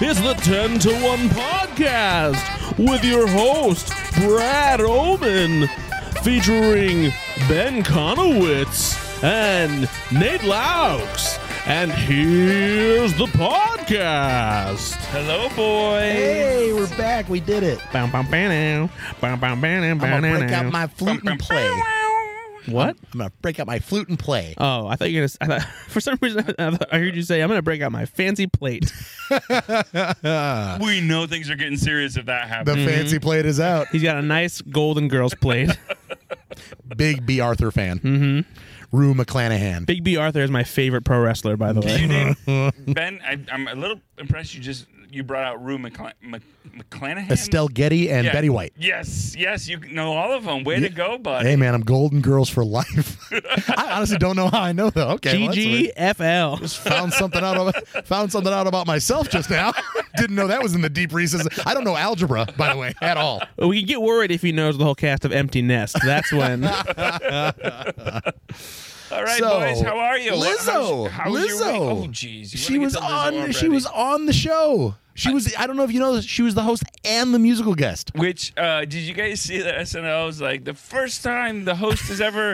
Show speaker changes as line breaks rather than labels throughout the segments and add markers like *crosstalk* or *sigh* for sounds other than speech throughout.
is the 10 to 1 podcast with your host, Brad Oman, featuring Ben Conowitz and Nate Laux. And here's the podcast. Hello, boys.
Hey, we're back. We did it.
Bam, bam, bam, bam, bam, bam,
I'm gonna break out my flute and play.
What?
I'm gonna break out my flute and play.
Oh, I thought you were gonna. I thought, *laughs* for some reason, I, thought- I heard you say, "I'm gonna break out my fancy plate."
We know things are getting serious if that
The
happens.
fancy plate is out.
He's got a nice Golden Girls plate. *laughs*
Big B. Arthur fan. Mm-hmm. Rue McClanahan.
Big B Arthur is my favorite pro wrestler, by the
Did you
way.
name
*laughs*
Ben? I, I'm a little impressed. You just you brought out Rue McClan- Mc, McClanahan,
Estelle Getty and
Yeah.
Betty White.
Yes, yes, you know all of them. Way to go, bud.
Hey man, I'm Golden Girls for life. *laughs* I honestly don't know how I know though. Okay, well, that's weird.
*laughs* GGFL.
found something out about, found something out about myself just now. *laughs* Didn't know that was in the deep recesses. I don't know algebra by the way at all.
we can get worried if he knows the whole cast of Empty Nest. That's
*laughs*
when.
all right,
so,
boys, how are you? What-
Lizzo,
how's- how was your
Lizzo.
week? Oh, jeez, you
She
wanna
was
get to Lizzo
on. She
already.
was on the show. She was. I don't know if you know. this, She was the host and the musical guest.
Which uh, did you guys see that SNL was like the first time the host has ever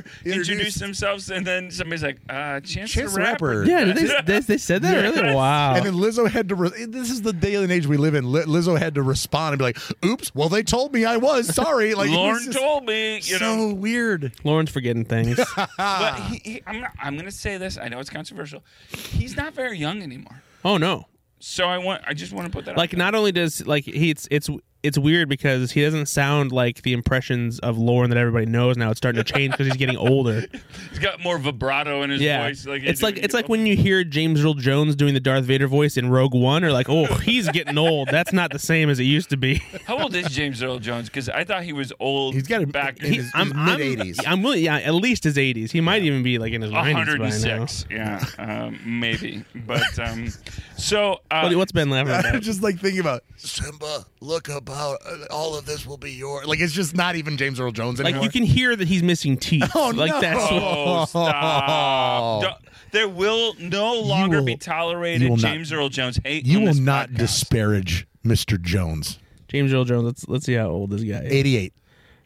*laughs*
introduced,
Introduced.
themselves, and then somebody's like, uh, Chance,
Chance
the
the
Rapper.
Rapper.
yeah, did they, they, they said that really? Wow.
And then Lizzo had to. Re- this is the day and age we live in. Li- Lizzo had to respond and be like, "Oops, well they told me I was sorry." *laughs* Like, it was
Lauren
just
told me, you know.
*laughs* so weird.
Lauren's forgetting
*laughs*
things.
But
Ah.
he, he, I'm, not- I'm going to say this. I know it's controversial. He's not very young anymore.
oh no!
So I want. I just want to put that.
Like
out there.
not only does like he it's it's it's weird because he doesn't sound like the impressions of Lauren that everybody knows now. It's starting to change because he's getting older.
he's got more vibrato in *laughs* his
Yeah,
voice. Like he
it's
did
like
when
it's
he-
like when you hear James Earl Jones doing the Darth Vader voice in Rogue One, or like, oh, he's getting old. That's not the same as it used to be. *laughs*
How old is James Earl Jones? Because I thought he was old.
He's got a-
back *laughs*
he- In his- his mid-eighties.
I'm, willing, yeah, at least his 80s. He might even be like in his 90s by now.
106. Yeah, um, maybe. But um, so uh,
What, what's Ben laughing
I'm
about?
just like thinking about Simba. Look about uh, all of this will be yours. Like it's just not even James Earl Jones anymore.
Like you can hear that he's missing teeth.
Oh,
like
no.
that's what,
*laughs*
Oh, stop.
Oh.
Don't- There will no longer
will-
be
you
tolerated
will not-
James Earl Jones hate.
You
on
will
this
not
podcast.
disparage Mr. Jones.
James Earl Jones. Let's let's see how old this guy is.
Eighty-eight.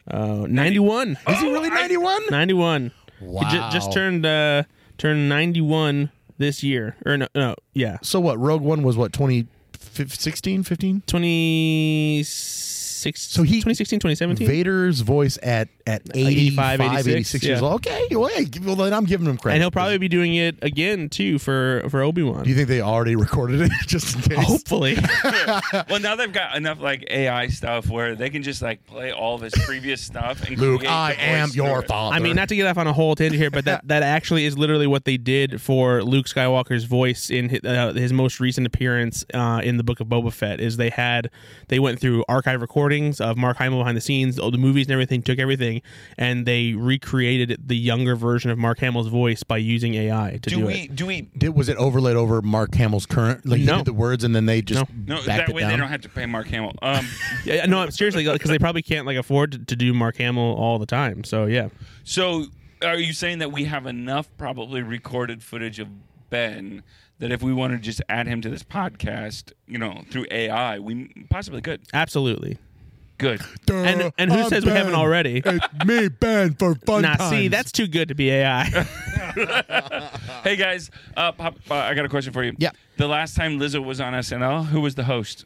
Uh,
*gasps*
91.
Is
*gasps*
he really ninety-one?
91. He ju-
Wow.
just turned uh, turned 91 this year. Or no, no yeah,
So what? Rogue One was what 20, 16, 15?
26.
So he-
2016, 2017.
Vader's voice at at
85, 86,
85, 86, years
yeah.
old. Okay, well, hey, well then I'm giving him credit.
and he'll probably be doing it again too for for Obi
Do
Wan.
you think they already recorded it *laughs* just in case? *laughs*
Hopefully,
Well, now they've got enough like AI stuff where they can just like play all of his previous stuff and
Luke,
create
I
the voice
am
through
your
it.
father.
I mean, not to get off on a whole tangent here, but that, that actually is literally what they did for Luke Skywalker's voice in his, uh, his most recent appearance uh, in the Book of Boba Fett. Is they had they went through archive recordings of Mark Hamill behind the scenes, all the movies and everything, took everything, and they recreated the younger version of Mark Hamill's voice by using AI to do,
Do we?
it.
Do we?
Did, was it overlaid over Mark Hamill's current? Like he
No.
did the words, and then they just
No,
backed
that
it
way
down.
they don't have to pay Mark Hamill.
*laughs*
Um,
Yeah, yeah, no, seriously, because they probably can't like afford to, to do Mark Hamill all the time. So yeah.
so, are you saying that we have enough probably recorded footage of Ben that if we want to just add him to this podcast, you know, through AI, we possibly could.
Absolutely.
Good.
And- and who says we haven't already?
It's me, Ben, for fun
Nah,
times.
see, that's too good to be AI.
Hey guys, uh, Pop, uh, I got a question for you.
Yeah.
The last time Lizzo was on SNL, who was the host?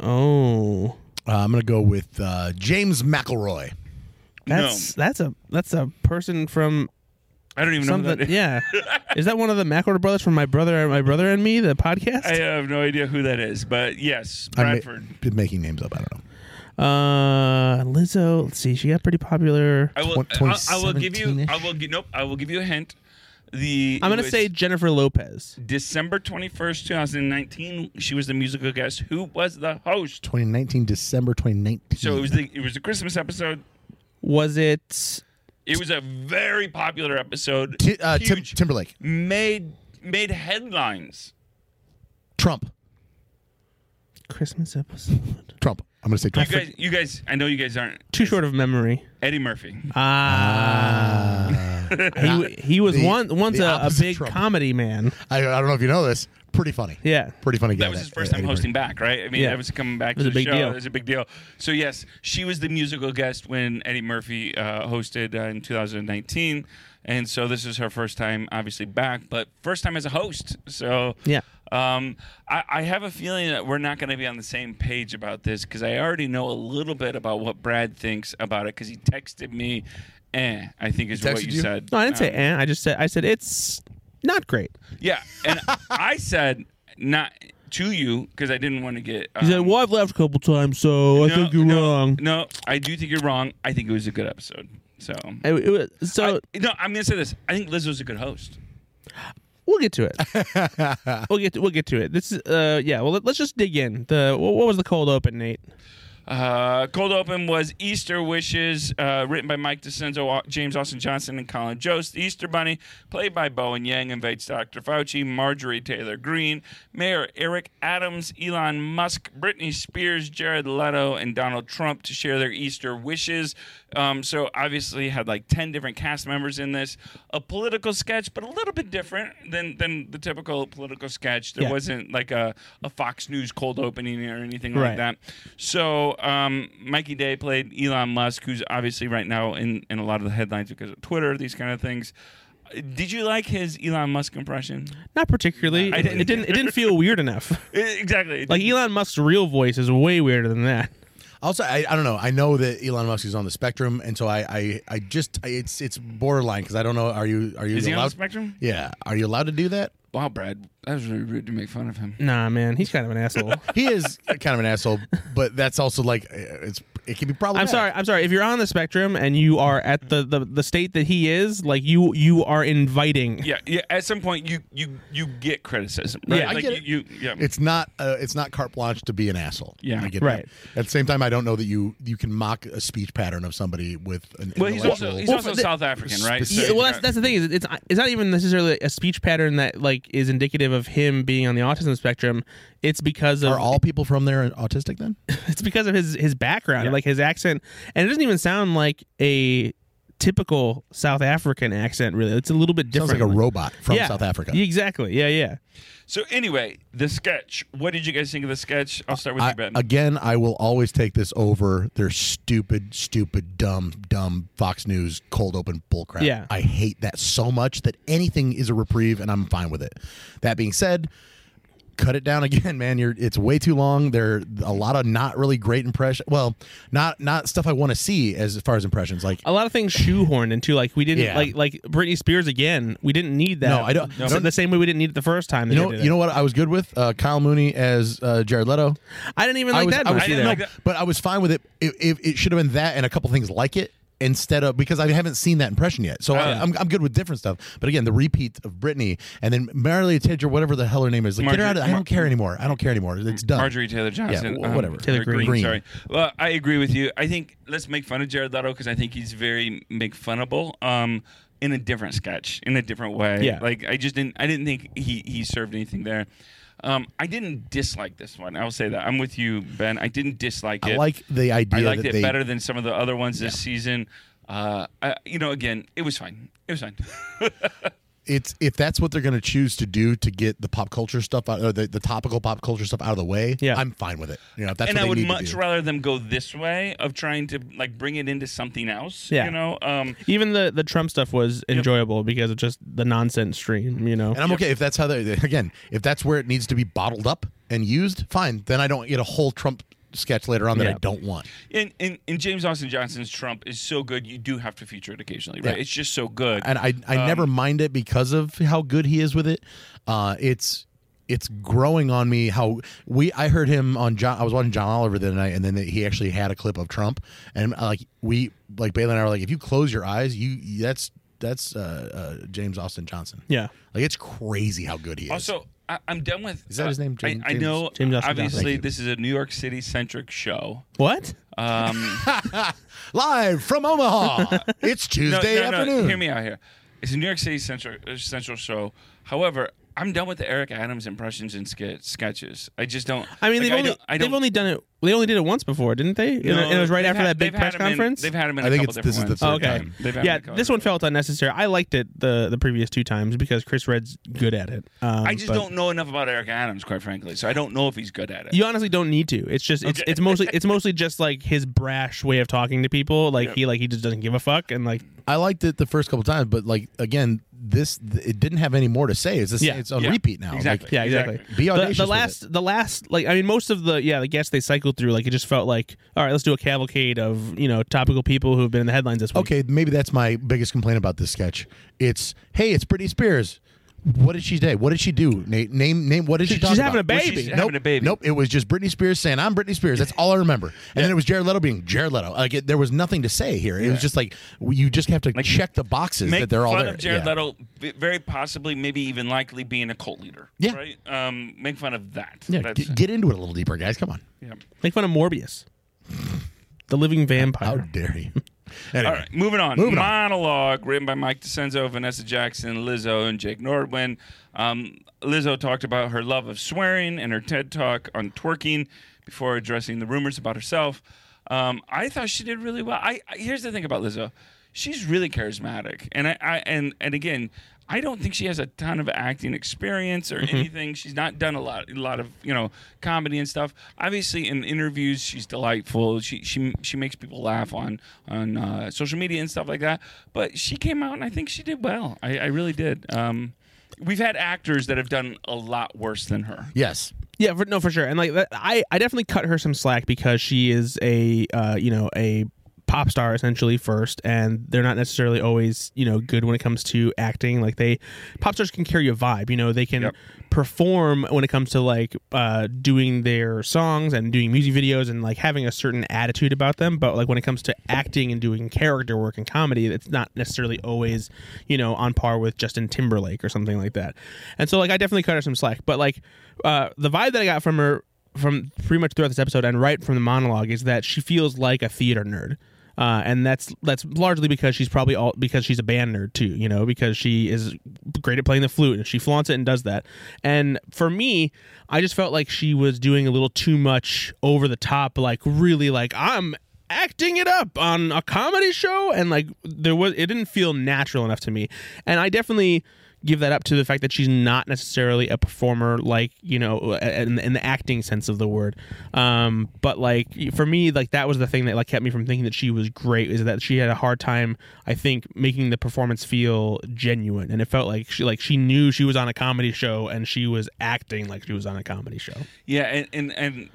oh.
Uh, I'm gonna go with uh, James McElroy.
That's that's a that's a person from
I don't even know who
something.
that is. *laughs*
Yeah, is that one of the MacWarder brothers from my brother, my brother and me, the
*laughs* I uh,
podcast?
have no idea who that is, but yes,
I'm ma-
Bradford.
been making names up. I don't know.
uh, Lizzo. Let's see, she got pretty popular.
I will.
Tw-
I, I will give you.
2017-ish?
I will. Gi- nope. I will give you a hint. The
I'm
it
gonna
was
say Jennifer Lopez.
December 21st, 2019. She was the musical guest. Who was the host?
2019 December 2019.
So it was the it was the Christmas episode.
Was it?
It was a very popular episode.
Ti- uh, Tim-
Huge.
Timberlake,
made made headlines.
Trump,
Christmas episode.
Trump. I'm gonna say
You
Trump.
guys, you guys, I know you guys aren't
Too short of memory.
Eddie Murphy.
Ah, he, he was
the-
one once
the
a, a
opposite
big
Trump.
comedy man.
I, I don't know if you know this. Pretty funny.
Yeah. uh,
Pretty funny guy.
That was his first time
Eddie Murphy.
hosting back, right? I mean,
Yeah.
that was coming back
was a
to the
big
show.
deal.
It was a big deal. So yes, she was the musical guest when Eddie Murphy uh, hosted uh, in 2019, and so this is her first time, obviously back, but first time as a host. So
Yeah.
um, I, I have a feeling that we're not going to be on the same page about this because I already know a little bit about what Brad thinks about it because he texted me. Eh, I think is what
texted
you,
you?
said.
No, I didn't
Um,
say. Eh, I just said. I said it's not great.
yeah, and I said not to you because I didn't want to get.
He said,
um,
"Well, I've left a couple times, so I think you're
no,
wrong."
No, I do think you're wrong. I think it was a good episode. So,
I- it was- so
I- no, I'm gonna say this. I think Liz was a good host.
we'll get to it.
*laughs*
we'll get to, we'll get to it. This is uh yeah. Well, let, us just dig in. The what, what was the cold open, Nate?
Uh, Cold Open was Easter Wishes, uh, written by Mike DeCenzo, Au- James Austin Johnson, and Colin Jost. The Easter Bunny, played by Bowen Yang, invites Dr. Fauci, Marjorie Taylor Greene, Mayor Eric Adams, Elon Musk, Britney Spears, Jared Leto, and Donald Trump to share their Easter wishes. Um, so obviously had like 10 different cast members in this. A political sketch, but a little bit different than, than the typical political sketch. There
Yeah.
wasn't like a, a Fox News cold opening or anything
Right.
like that. So um, Mikey Day played Elon Musk, who's obviously right now in, in a lot of the headlines because of Twitter, these kind of things. Uh, Did you like his Elon Musk impression?
Not particularly.
I didn't
it didn't. It didn't feel weird
*laughs*
enough.
I- E, Exactly.
Like Elon Musk's real voice is way weirder than that.
Also, I, I don't know. I know that Elon Musk is on the spectrum, and so I I, I just I, it's it's borderline because I don't know. Are you are you
Is he on
allowed?
the spectrum?
yeah, are you allowed to do that?
Wow, Brad, that was really rude to make fun of him.
Nah, man, he's kind of an
*laughs*
asshole.
He is *laughs* kind of an asshole, but that's also like uh, it's it can be
I'm
problematic.
sorry. I'm sorry. If you're on the spectrum and you are at the, the, the state that he is, like you you are inviting.
Yeah, yeah. At some point, you you you get criticism. Right?
Yeah, I
like
get it.
you, you yeah.
It's not uh, it's not carte blanche to be an asshole.
Yeah.
I get
Right.
That. At the same time, I don't know that you you can mock a speech pattern of somebody with an.
well, he's also
intellectual-
he's
Well,
also
the-
South African, right?
Yeah,
So-
well, that's, that's the thing is it's it's not even necessarily a speech pattern that like is indicative of him being on the autism spectrum. It's because of
are all people from there autistic then?
it's because of his his background,
Yeah.
like his accent, and it doesn't even sound like a typical South African accent. Really, it's a little bit different.
Sounds like a
Like-
robot from
Yeah.
South Africa.
Yeah, exactly. Yeah, yeah.
So anyway, the sketch. What did you guys think of the sketch? I'll start with
I,
you, Ben.
again, I will always take this over their stupid, stupid, dumb, dumb Fox News cold open bullcrap.
Yeah.
I hate that so much that anything is a reprieve, and I'm fine with it. That being said, cut it down *laughs* again, man. You're it's way too long. There are a lot of not really great impression. Well, not not stuff I want to see as, far as impressions. Like
A lot of things shoehorned into like we didn't
Yeah.
like like Britney Spears again. We didn't need that.
No, I don't-
So the same way we didn't need it the first time.
you know, you know what I was good with uh, Kyle Mooney as uh, Jared Leto.
I didn't even like
I was,
that.
I was-
much
I didn't
either.
like
no, but I was fine with it. It, it, it should have been that and a couple things like it instead of because I haven't seen that impression yet. So I,
Yeah.
I'm, I'm good with different stuff. But again, the repeat of Brittany and then Marilee Tidge or whatever the hell her name is. Like, get her
Marjorie-
out of. I
Mar-
don't care anymore. I don't care anymore. It's done.
Marjorie Taylor Johnson,
wh- whatever.
Taylor
or
Greene.
Greene.
Sorry. Well, I agree with you. I think let's make fun of Jared Leto because I think he's very make funnable. Um, in a different sketch, in a different way.
Yeah.
Like I just didn't. I didn't think he he served anything there. Um, I didn't dislike this one. I'll say that. I'm with you, Ben. I didn't dislike
I
it.
like the idea
I liked
that
it
they.
better than some of the other ones this season. Uh, I, you know, again, it was fine. It was fine.
It's if that's what they're going to choose to do to get the pop culture stuff out, or the, the topical pop culture stuff out of the way.
Yeah.
I'm fine with it. You know, if that's
and
what
I
they
would
need
much
to do.
rather them go this way of trying to like bring it into something else.
Yeah.
You know, um,
Even the the Trump stuff was enjoyable because of just the nonsense stream. You know.
And I'm okay if that's how they again, if that's where it needs to be bottled up and used, fine. Then I don't get a whole Trump sketch later on that I
Yeah.
don't want.
and, and and James Austin Johnson's Trump is so good, you do have to feature it occasionally, right?
Yeah.
It's just so good.
And I I
Um,
never mind it because of how good he is with it. Uh it's it's growing on me how we I heard him on John I was watching John Oliver the other night and then he actually had a clip of Trump and uh, like we like Bailey and I were like if you close your eyes you that's that's uh, uh, James Austin Johnson
Yeah.
like it's crazy how good he is
also, I, I'm done with. uh,
Is that his name, James-
I, I know.
James Austin Johnson.
obviously,
Thank you.
this is a New York City centric show.
What?
Um,
live from
*laughs*
Omaha it's Tuesday
no,
afternoon
hear me out here. It's a New York City central uh, central show. However, I'm done with the Eric Adams impressions and ske- sketches. I just don't.
I mean,
like,
they've
I
only
don't- I
they've
don't-
only done it. They only did it once before, didn't they? And
no,
it was right
they've
after
had-
that big
they've had
press
him in-
conference.
they've had him in.
I
a
think
couple
it's- this is
different
the
ones.
third
Oh, okay.
time.
They've had him in
Yeah,
a couple
this one
different
felt unnecessary. I liked it the the previous two times because Chris Red's good at it. Um,
I just
but
don't know enough about Eric Adams, quite frankly. So I don't know if he's good at it.
You honestly don't need to. It's just it's
Okay.
it's mostly it's mostly just like his brash way of talking to people. Like he like he just doesn't give a fuck and like
I liked it the first couple times, but like again, this th- it didn't have any more to say. It's, just,
Yeah.
it's on
Yeah.
repeat now. Like,
Exactly.
Yeah, exactly.
be
The,
audacious.
the
with
last, the last, like I mean, most of the yeah, the guests they cycled through, like it just felt like, all right, let's do a cavalcade of you know topical people who have been in the headlines this
it.
week.
Okay, maybe that's my biggest complaint about this sketch. It's hey, it's Britney Spears. What did she say? What did she do? Name name, name what did she,
She's
talk about?
having a
Well, she's
baby.
having a baby.
Nope. It was just Britney Spears saying, "I'm Britney Spears." That's all I remember. And then it was Jared Leto being Jared Leto. Like it, there was nothing to say here. It was just like you just have to check the boxes
Make
that they're all
fun
there.
of Jared
Yeah.
Leto, v- very possibly, maybe even likely being a cult leader.
Yeah.
Right. Um, make fun of that.
Yeah,
That's,
get, get into it a little deeper, guys. Come on.
yeah.
Make fun of Morbius, the living
How
vampire.
dare you? *laughs* Anyway,
All right, moving on.
Moving on.
Monologue written by Mike DiCenzo, Vanessa Jackson, Lizzo, and Jake Nordwin. Um, Lizzo talked about her love of swearing and her TED talk on twerking before addressing the rumors about herself. Um, I thought she did really well. I, I here's the thing about Lizzo, she's really charismatic, and I, I and and again. I don't think she has a ton of acting experience or anything. She's not done a lot, a lot of you know comedy and stuff. Obviously, in interviews, she's delightful. She she she makes people laugh on on uh, social media and stuff like that. But she came out, and I think she did well. I, I really did. Um, we've had actors that have done a lot worse than her.
Yes.
Yeah, for, no, for sure. And like that, I, I definitely cut her some slack because she is a, uh, you know, a pop star essentially first, and they're not necessarily always, you know, good when it comes to acting. Like they, pop stars can carry a vibe. You know, they can
Yep.
perform when it comes to like uh, doing their songs and doing music videos and like having a certain attitude about them. But like when it comes to acting and doing character work and comedy, it's not necessarily always, you know, on par with Justin Timberlake or something like that. And so like I definitely cut her some slack, but like uh, the vibe that I got from her from pretty much throughout this episode and right from the monologue is that she feels like a theater nerd. Uh, and that's that's largely because she's probably all because she's a band nerd too, you know, because she is great at playing the flute and she flaunts it and does that. And for me, I just felt like she was doing a little too much over the top, like really like I'm acting it up on a comedy show and like there was it didn't feel natural enough to me and i definitely give that up to the fact that she's not necessarily a performer like you know uh, in, in the acting sense of the word um but like for me like that was the thing that like kept me from thinking that she was great is that she had a hard time i think making the performance feel genuine and it felt like she like she knew she was on a comedy show and she was acting like she was on a comedy show
Yeah, and and, and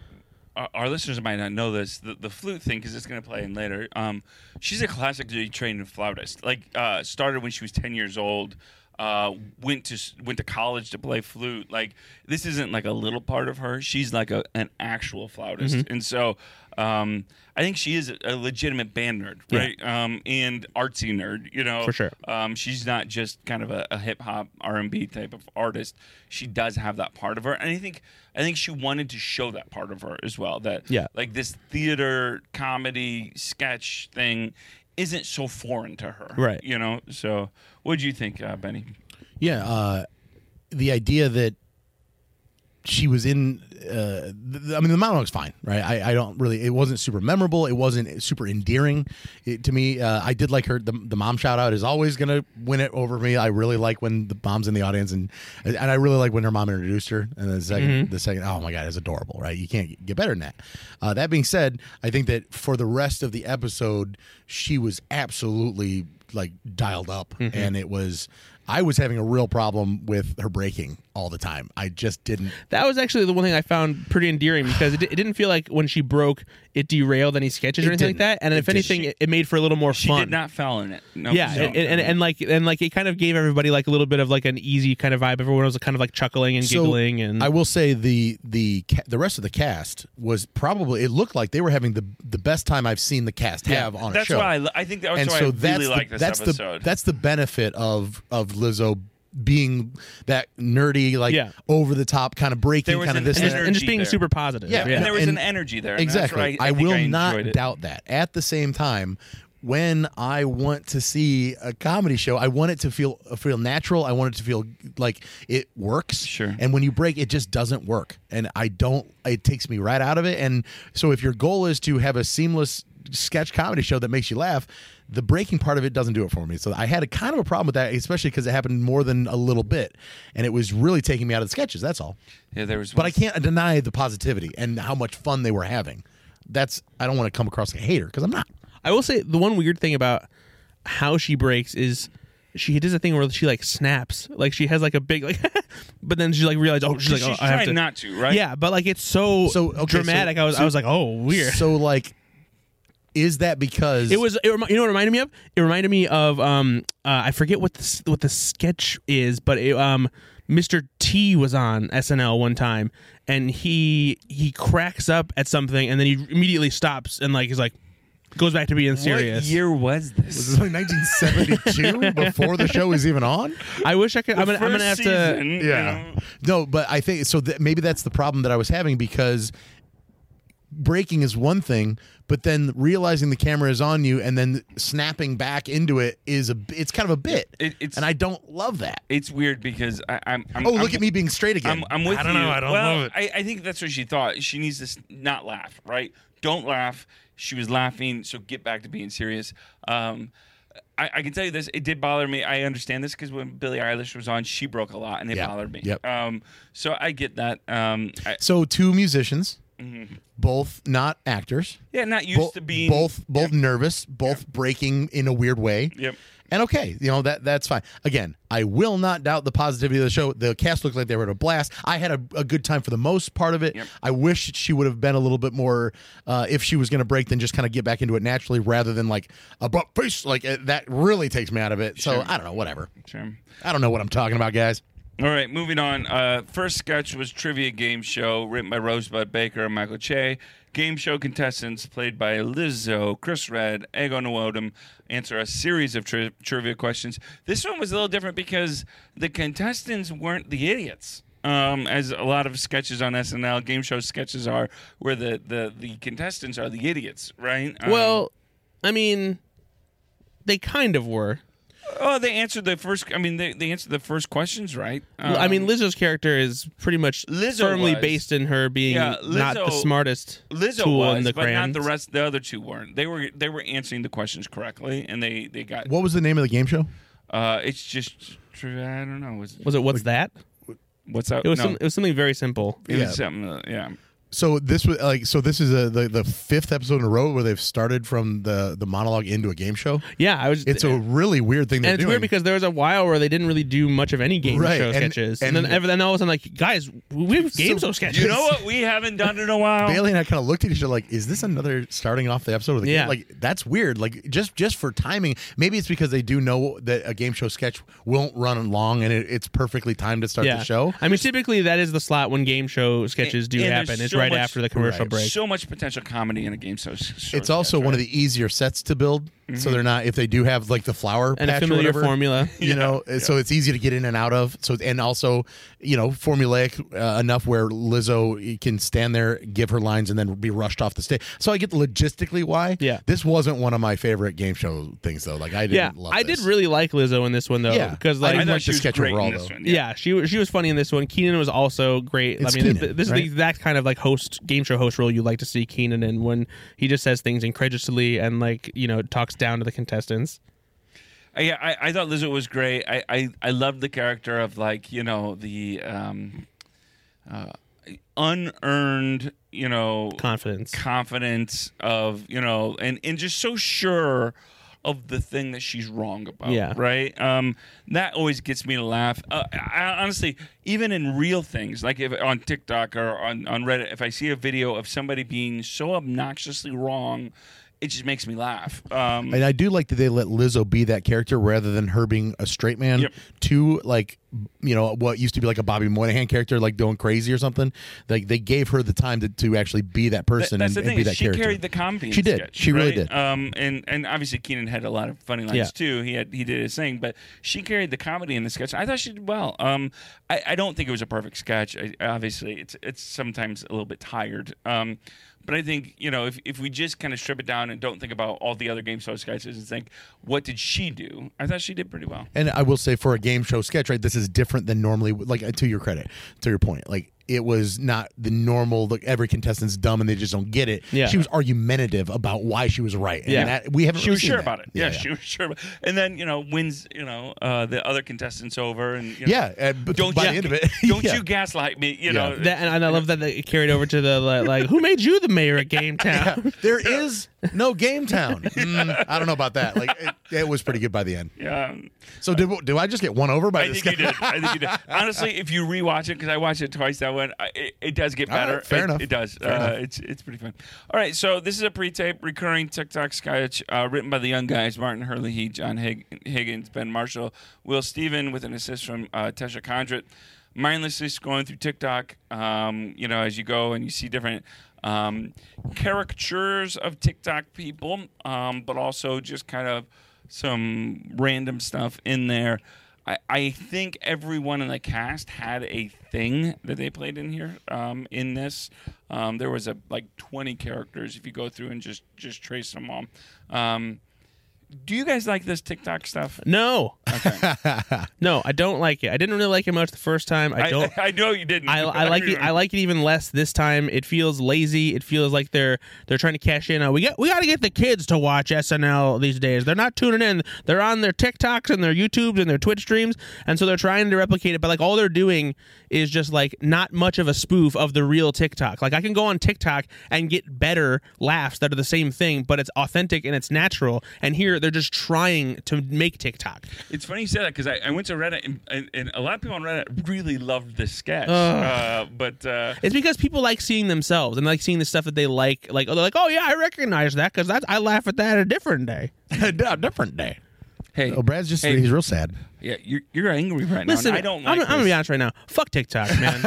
our, our listeners might not know this. The, the flute thing, because it's going to play in later. Um, she's a classically trained flautist. Like uh, started when she was ten years old. Uh, went to s- went to college to play flute. Like this isn't like a little part of her. She's like a, an actual flautist,
Mm-hmm.
and so um, I think she is a legitimate band nerd,
Yeah.
right? Um, and artsy nerd, you know.
For sure.
Um, she's not just kind of a, a hip hop R and B type of artist. She does have that part of her, and I think I think she wanted to show that part of her as well. That
Yeah.
like this theater comedy sketch thing isn't so foreign to her,
Right.
You know. So, what do you think, uh, Benny?
Yeah, uh, the idea that she was in. Uh, th- th- I mean, the monologue's fine, right? I, I don't really. It wasn't super memorable. It wasn't super endearing it, to me. Uh, I did like her. The, the mom shout out is always gonna win it over me. I really like when the mom's in the audience, and and I really like when her mom introduced her. And the 2nd the second, oh my god, it's adorable, right? You can't get better than that. Uh, that being said, I think that for the rest of the episode, she was absolutely like dialed up, and it was. I was having a real problem with her breaking all the time. I just didn't
That was actually the one thing I found pretty endearing because it, di- it didn't feel like when she broke, it derailed any sketches or
It
anything like that.
didn't.
And if anything, it, it made for a little more
She
fun.
did not foul in it. No,
yeah,
no.
and, and and like and like it kind of gave everybody like a little bit of like an easy kind of vibe. Everyone was kind of like chuckling and giggling, and
I will say the the ca- the rest of the cast was probably it looked like they were having the the best time I've seen the cast have on a
that's
show.
why I, li- I think that's
and
why
so
I
that's
really
the,
like this
that's
episode.
the that's the benefit of of Lizzo being that nerdy like
Yeah.
over the top kind of breaking
There was
kind of
an
this
and just,
that.
and just
energy
being
there.
super positive.
Yeah,
and there was
and-
an energy there. and that's
exactly
why I,
will
think I
not
enjoyed it.
doubt that at the same time when I want to see a comedy show, I want it to feel feel natural. I want it to feel like it works.
Sure.
And when you break, it just doesn't work, and I don't. It takes me right out of it. And so, if your goal is to have a seamless sketch comedy show that makes you laugh, the breaking part of it doesn't do it for me. So I had a kind of a problem with that, especially because it happened more than a little bit, and it was really taking me out of the sketches. That's all.
Yeah, there was.
But I can't deny the positivity and how much fun they were having. That's I don't want to come across like a hater because I'm not.
I will say the one weird thing about how she breaks is she does a thing where she like snaps, like she has like a big like, *laughs* but then she like realized oh she's like
she's
oh, I
trying
have to
not to, right?
yeah, but like it's so
So, okay,
dramatic.
so-
I was I was like oh weird.
So like, is that because
It was. It remi- you know what it reminded me of? It reminded me of um. Uh, I forget what the s- what the sketch is, but it, um, Mr. T was on SNL one time, and he he cracks up at something, and then he immediately stops and like is like goes back to being serious.
What year was this?
was *laughs* this like
*laughs*
1972 before the show is even on?
I wish I could. I'm gonna, I'm gonna have to.
to.
Yeah. No, but I think so. That maybe that's the problem that I was having because breaking is one thing, but then realizing the camera is on you and then snapping back into it is a. It's kind of a bit,
It- it's-
and I don't love that.
It's weird because I, I'm, I'm.
Oh, look
I'm-
at me being straight again.
I'm, I'm with you.
I don't know. I don't
well,
love it.
I, I think that's what she thought. She needs to s- not laugh, right? Don't laugh. She was laughing, so get back to being serious. Um, I, I can tell you this: it did bother me. I understand this because when Billie Eilish was on, she broke a lot, and it
Yeah.
bothered me.
Yep.
Um, so I get that. Um, I,
So two musicians, both not actors.
yeah, not Mm-hmm. used
Bo-
to being
both both nervous, both breaking in a weird way.
Yep.
And okay, you know that that's fine. Again, I will not doubt the positivity of the show. The cast looked like they were at a blast. I had a, a good time for the most part of it.
Yep.
I wish she would have been a little bit more, uh, if she was going to break, then just kind of get back into it naturally, rather than like abrupt face. Like uh, that really takes me out of it. So I don't know. Whatever.
Sure.
I don't know what I'm talking about, guys.
All right, moving on. Uh, first sketch was trivia game show written by Rosebud Baker and Michael Che. Game show contestants played by Lizzo, Chris Red, Ego Nwodum answer a series of tri- trivia questions. This one was a little different because the contestants weren't the idiots. Um, as a lot of sketches on SNL, game show sketches are where the, the, the contestants are the idiots, right? Um,
Well, I mean, they kind of were.
oh, they answered the first. I mean, they, they answered the first questions, right?
I mean,
Um,
Lizzo's character is pretty much
Lizzo
firmly
was.
based in her being
Yeah,
not the
Lizzo-
smartest
Lizzo
tool
was,
in the
but
crayons.
not the rest. The other two weren't. They were they were answering the questions correctly, and they they got.
What was the name of the game show?
Uh, it's just tr- I don't know. Was
Was it what's that?
what's that?
It was
no,
some, it was something very simple.
it
Yeah.
was something. uh, yeah,
So this was like so this is a, the the fifth episode in a row where they've started from the the monologue into a game show.
Yeah, I was.
It's a really weird thing they're
and it's
doing.
weird because there was a while where they didn't really do much of any game
Right,
show
and-
sketches, and,
and-
then ev- then all of a sudden, like guys, we have game show sketches.
you know what we haven't done in a while.
Bailey and I kind of looked at each other like, "Is this another starting off the episode of the
Yeah.
game? Like that's weird. Like just just for timing, maybe it's because they do know that a game show sketch won't run long and it, it's perfectly timed to start
Yeah.
the show.
I mean, typically that is the slot when game show sketches do
And- and
happen.
there's
It's
so
right
much-
after the commercial
Right.
break.
So much potential comedy in a game show. show
It's also
sketch,
one of
right?
the easier sets to build, so they're not if they do have like the flower
Mm-hmm. And a
patch or
familiar
whatever,
formula.
You know, eh, so it's easy to get in and out of. So and also, you know, formulaic uh, enough where Lizzo eh, can stand there, give her lines, and then be rushed off the stage. So I get logistically why.
Yeah.
this wasn't one of my favorite game show things though. Like I didn't.
Yeah,
love
I
this.
did really like Lizzo in this one though,
Yeah.
because
I
like
I
didn't
thought
like
she
the
was
sketch
great
overall,
in this
though.
one.
Yeah, she was she was funny in this one. Keenan was also great.
It's
I mean, th-
Keenan,
this is
right?
the exact kind of like host game show host role you like to see Keenan in when he just says things incredulously and like you know talks down to the contestants.
I, yeah, I, I thought Lizzo was great. I, I, I loved the character of like you know the um, uh, unearned you know
Confidence.
confidence of you know and and just so sure of the thing that she's wrong about
Yeah.
right um that always gets me to laugh uh, I, I- honestly even in real things like if on tiktok or on on reddit if i see a video of somebody being so obnoxiously wrong it just makes me laugh um
And I do like that they let Lizzo be that character rather than her being a straight man
Yep.
to like you know what used to be like a Bobby Moynihan character, like going crazy or something. Like they gave her the time to, to actually be that person
That's
and,
the
and
thing.
be
is
that
she
character.
carried the comedy.
She did.
sketch,
She really
right?
did.
Um, and and obviously Keenan had a lot of funny lines
Yeah.
too. He had he did his thing, but she carried the comedy in the sketch. I thought she did well. Um, I, I don't think it was a perfect sketch. I, obviously, it's it's sometimes a little bit tired. Um, but I think you know if, if we just kind of strip it down and don't think about all the other game show sketches and think what did she do? I thought she did pretty well.
And I will say for a game show sketch, right, this is different than normally. Like uh, to your credit, to your point, like it was not the normal. Like every contestant's dumb and they just don't get it.
Yeah.
she was argumentative about why she was right. And
Yeah.
that, we haven't.
She
really
was
seen
sure
that.
about it. Yeah, she was sure. About, and then you know wins you know uh, the other contestants over and you know,
yeah. uh, but
Don't
by
you,
the
*laughs*
end of it,
don't
yeah.
you gaslight me? You know,
That, and, I love that it carried over to the like, like, who made you the mayor at Game
*laughs* Yeah.
*laughs*
Town?
There is no game town. Mm, I don't know about that. Like it, it was pretty good by the end.
Yeah,
So did do I just get won over by
I
this
think you
guy?
did. I think you
*laughs*
did. Honestly, if you rewatch it, because I watched it twice, that one I, it, it does get
All right,
better.
fair
it,
enough.
It does.
Fair
uh,
enough.
It's it's pretty fun. All right, so this is a pre-tape recurring TikTok sketch uh, written by the young guys Martin Hurley, he, John Hig- Higgins, Ben Marshall, Will Steven, with an assist from uh, Tesha Condrit. Mindlessly scrolling through TikTok, um, you know, as you go and you see different um, caricatures of TikTok people, um, but also just kind of some random stuff in there. I, I think everyone in the cast had a thing that they played in here. Um, in this, um, there was a like 20 characters if you go through and just just trace them all. Um, do you guys like this TikTok stuff?
No, no, I don't like it. I didn't really like it much the first time. I don't.
*laughs* I, know *laughs* you didn't.
I, I like it. I
remember.
like it even less this time. It feels lazy. It feels like they're they're trying to cash in. on we got we got to get the kids to watch SNL these days. They're not tuning in. They're on their TikToks and their YouTubes and their Twitch streams, and so they're trying to replicate it. But like all they're doing is just like not much of a spoof of the real TikTok. Like I can go on TikTok and get better laughs that are the same thing, but it's authentic and it's natural. And here they're just trying to make TikTok.
It's funny you say that because I, I went to Reddit and, and, and a lot of people on Reddit really loved this sketch. Uh, but uh,
It's because people like seeing themselves and like seeing the stuff that they like. Like, oh, they're like, oh yeah, I recognize that because I laugh at that a different day.
*laughs* A different day.
hey,
Oh, Brad's just
Hey.
he's real sad.
yeah, you're, you're angry right now.
Listen,
and I don't
I'm,
like.
I'm gonna be
this.
honest right now. Fuck TikTok,
*laughs*
man.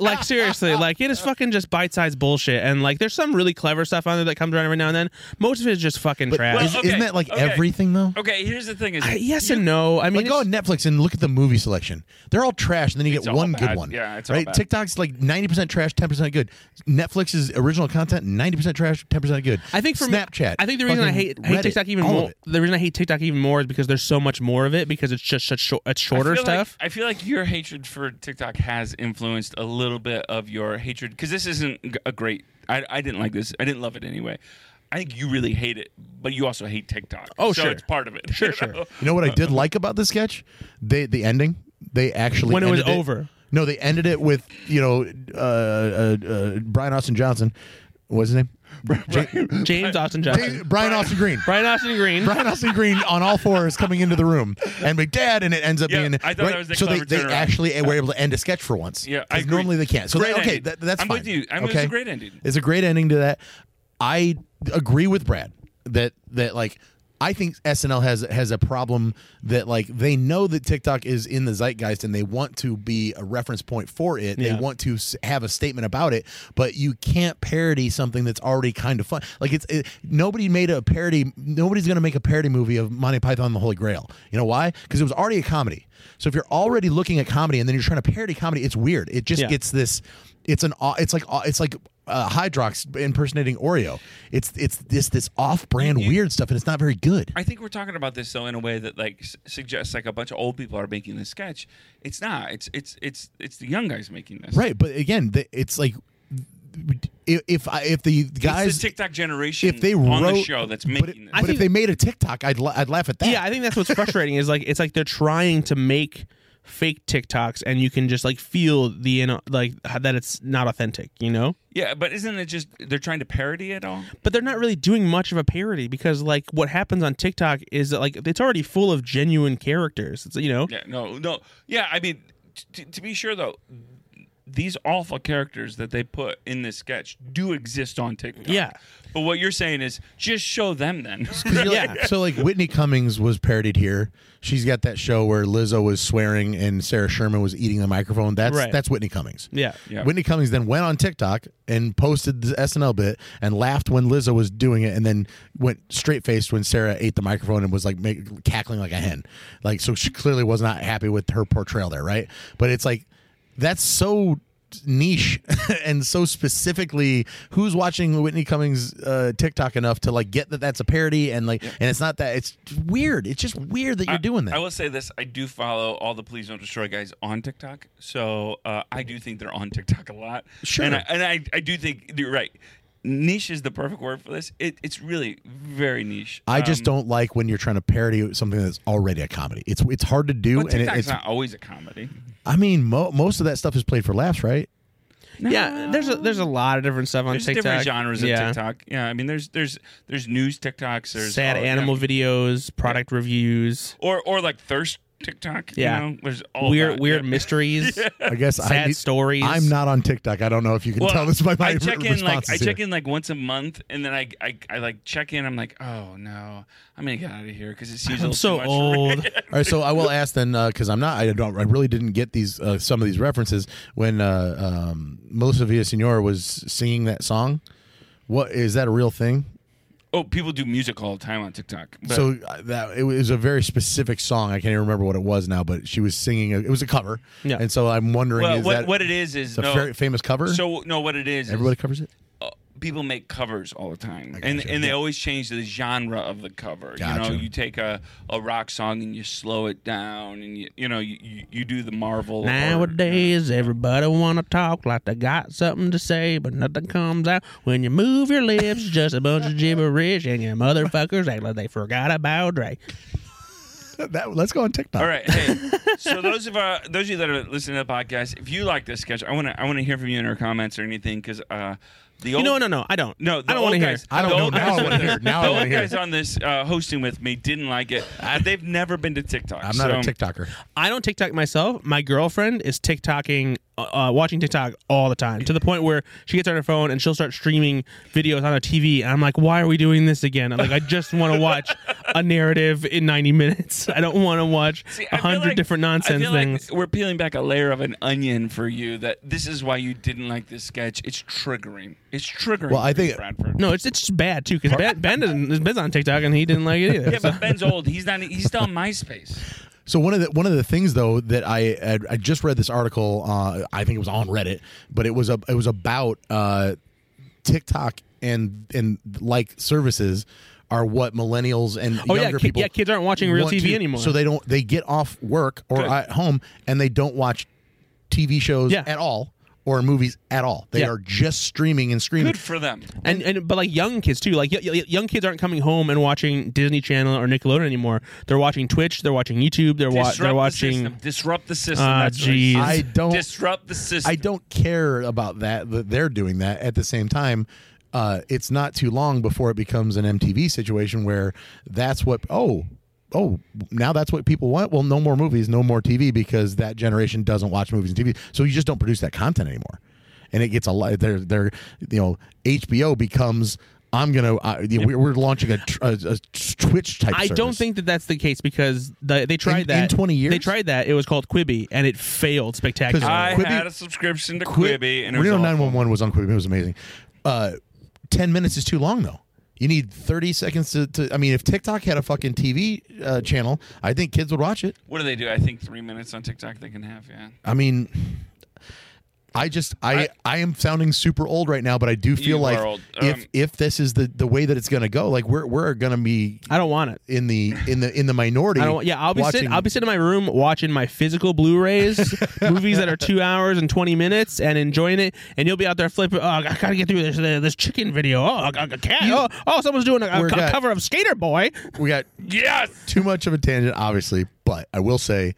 like seriously, like it is fucking just bite-sized bullshit. And like, there's some really clever stuff on there that comes around every now and then. Most of it is just fucking trash.
Well,
Is,
okay,
Isn't that like
okay.
everything though?
Okay, here's the thing: is
I- yes and no. I mean,
Like go on
it's-
Netflix and look at the movie selection. They're all trash, and then you
It's
get
all
one
bad.
good one.
Yeah, it's all
right.
bad.
TikTok's like ninety percent trash, ten percent good. Netflix's original content ninety percent trash, ten percent good.
I think for me-
Snapchat.
I think the reason I
fucking
hate, hate
Reddit,
TikTok even
all of
more.
it.
The reason I hate TikTok even more is because there's so much more of it because it's just such short, it's
I
shorter
feel like-
stuff.
I feel like your hatred for TikTok has influenced a little bit of your hatred because this isn't g- a great. I, I didn't like this. I didn't love it anyway. I think you really hate it, but you also hate TikTok.
Oh,
so
sure.
it's part of it.
Sure,
*laughs* you
sure.
know?
You know what I did like about this sketch? They the ending. They actually
When it was
ended
over.
No, they ended it with you know uh, uh, uh, Brian Austin Johnson. What's his name? Ja-
James Austin
Ja-
Johnson,
Brian Austin Green.
Brian Austin Green.
Brian Austin Green on all
*laughs*
fours coming into the room and big dad, and it ends up
Yeah,
being
I thought that was the
so they,
clever
they
turnaround.
actually were able to end a sketch for once.
Yeah, I
'Cause
agree.
normally they can't. So
Great
that, okay,
ending.
that, that's
I'm
fine.
with you. I'm- it's
okay?
a great ending.
It's a great ending to that. I agree with Brad that that like I think SNL has has a problem that like they know that TikTok is in the zeitgeist and they want to be a reference point for it.
Yeah.
They want to s- have a statement about it, but you can't parody something that's already kind of fun. Like it's it, nobody made a parody. Nobody's going to make a parody movie of Monty Python and the Holy Grail. You know why? Because it was already a comedy. So if you're already looking at comedy and then you're trying to parody comedy, it's weird. It just
Yeah.
gets this. It's an. au- It's like au- it's like uh, Hydrox impersonating Oreo. It's it's this this off brand weird stuff, and it's not very good.
I think we're talking about this though in a way that like s- suggests like a bunch of old people are making this sketch. It's not. It's it's it's it's the young guys making this.
Right, but again, the, it's like if if, I, if the guys
It's the TikTok generation
if they
on the
wrote-
show that's
but,
making
it-
this.
but if
think-
they made a TikTok, I'd la- I'd laugh at that.
Yeah, I think that's what's frustrating is like it's like they're trying to make fake TikToks and you can just like feel the you know, like that it's not authentic, you know?
yeah, but isn't it just they're trying to parody it all?
But they're not really doing much of a parody because like what happens on TikTok is that like it's already full of genuine characters. It's you know.
Yeah, no, no. Yeah, I mean, t- to be sure though, these awful characters that they put in this sketch do exist on TikTok.
Yeah.
But what you're saying is just show them then.
'Cause you're like- So like Whitney Cummings was parodied here. She's got that show where Lizzo was swearing and Sarah Sherman was eating the microphone. That's
Right.
that's Whitney Cummings.
Yeah.
Yeah.
Whitney Cummings then went on TikTok and posted the SNL bit and laughed when Lizzo was doing it, and then went straight faced when Sarah ate the microphone and was like make, cackling like a hen. Like so, she clearly was not happy with her portrayal there, right? But it's like that's so niche *laughs* and so specifically who's watching Whitney Cummings uh, TikTok enough to like get that that's a parody and like and it's not that it's weird. It's just weird that you're doing that.
I will say this: I do follow all the Please Don't Destroy guys on TikTok, so uh, I do think they're on TikTok a lot.
Sure.
and I, and I, I do think you're right. Niche is the perfect word for this. It, it's really very niche.
I just don't like when you're trying to parody something that's already a comedy. It's it's hard to do,
But
and it,
TikTok's
it's
not always a comedy.
I mean, mo- most of that stuff is played for laughs, right?
Yeah, there's a there's a lot of different stuff on
There's
TikTok.
different genres of
yeah.
TikTok. Yeah, I mean, there's there's there's news TikToks. There's
Sad
all-
animal
yeah.
videos, product reviews,
or or like thirst TikTok.
Yeah.
you know? there's all
weird
that.
weird
*laughs*
*laughs*
Yeah.
mysteries,
I guess I
sad
need-
stories.
I'm not on TikTok. I don't know if you can
Well,
tell this by my
I check in
responses
like I
here.
check in like once a month, and then I I, I like check in. I'm like, oh no, I'm gonna get out of here because it seems
*laughs*
a
I'm
little too
so
much
old.
All right, so I will ask then because I'm not. I don't. I really didn't get these uh, some of these references when uh, um, Melissa Villaseñor was singing that song. What is that a real thing?
*laughs* Oh, people do music all the time on TikTok. But
so uh, that it was a very specific song. I can't even remember what it was now, but she was singing. A, it was a cover.
Yeah.
And so I'm wondering
well,
is
what,
that
what it is is
it's a
no.
very famous cover?
so no, what it is, is
everybody covers it. *laughs*
uh, people make covers all the time, and and they always change the genre of the cover. You
Gotcha.
know, you take a, a rock song and you slow it down, and you you know you, you, you do the Marvel. or-
Nowadays, everybody wanna talk like they got something to say, but nothing comes out. When you move your lips, just a bunch of gibberish, and you motherfuckers act like they forgot about Drake.
That- let's go on TikTok.
All right. Hey, so those of uh, those of you that are listening to the podcast, if you like this sketch, I want to I want to hear from you in our comments or anything because uh, the
You
old
know, no, no, I don't.
no the
I don't
old
want to hear.
guys-
I don't
the
know.
old
Now
guys
I
on
wanna
the-
hear it. Now I
the
wanna
old
hear
guys
it.
on this uh, hosting with me didn't like it. They've never been to TikTok.
I'm not
so-
a TikToker.
I don't TikTok myself. My girlfriend is TikToking, uh, uh, watching TikTok all the time to the point where she gets on her phone and she'll start streaming videos on her TV. And I'm like, why are we doing this again? I'm like, I just want to watch a narrative in 90 minutes. I don't want to watch
*laughs* See, I
a
feel
hundred
like-
different
I
nonsense
feel
things.
Like we're peeling back a layer of an onion for you. That this is why you didn't like this sketch. It's triggering. It's triggering.
Well, I
for you,
think-
Bradford.
no, it's it's just bad too because ben, ben doesn't, Ben's on TikTok and he didn't like it either.
Yeah,
so.
but Ben's old. He's not. e-, He's still on MySpace.
So one of the one of the things though that I I, I just read this article. Uh, I think it was on Reddit, but it was a it was about uh, TikTok and and like services are what millennials and
Oh, yeah,
younger
ki-
people
yeah, kids aren't watching real
want
TV
to-
anymore.
So they don't they get off work or
Good.
at home and they don't watch TV shows
Yeah.
at all or movies at all. They
Yeah.
are just streaming and screaming.
Good for them.
and and but like young kids too like y- y- young kids aren't coming home and watching disney channel or nickelodeon anymore they're watching twitch they're watching youtube they're, wa-
Disrupt
they're
the
watching
system. Disrupt the system.
Ah,
That's what
jeez.
he said.
I don't
disrupt the system.
I don't care about that that they're doing that. At the same time, uh, it's not too long before it becomes an MTV situation where that's what oh oh now that's what people want. Well, no more movies, no more TV because that generation doesn't watch movies and TV, so you just don't produce that content anymore. And it gets a lot. They're they're you know HBO becomes. I'm gonna. Uh, you know, we're, we're launching a, tr- a, a Twitch type.
I don't
service.
think that that's the case because the, they tried
in
that
20 years?
They tried that. It was called Quibi, and it failed spectacularly.
I
Quibi-
had a subscription to
Qui-
Quibi, and it was
Reno
awful.
nine one one was on Quibi. It was amazing. Uh, Ten minutes is too long though. You need thirty seconds to. to I mean, if TikTok had a fucking TV uh, channel, I think kids would watch it.
What do they do? I think three minutes on TikTok they can have. Yeah.
I mean, I just I I, am sounding super old right now, but I do feel
You
like
are old. Um,
if if this is the the way that it's gonna go, like we're we're gonna be
I don't want it.
in the in the in the minority.
I don't. Yeah, I'll be sitting.
watching-
I'll be sitting in my room watching my physical Blu-rays, movies that are two hours and twenty minutes, and enjoying it. And you'll be out there flipping. Oh, I gotta get through this this chicken video. Oh, a, a cat. oh, oh, someone's doing a, a
We're
co-
got-
cover of Skater Boy.
We got
Yes.
too much of a tangent, obviously, but I will say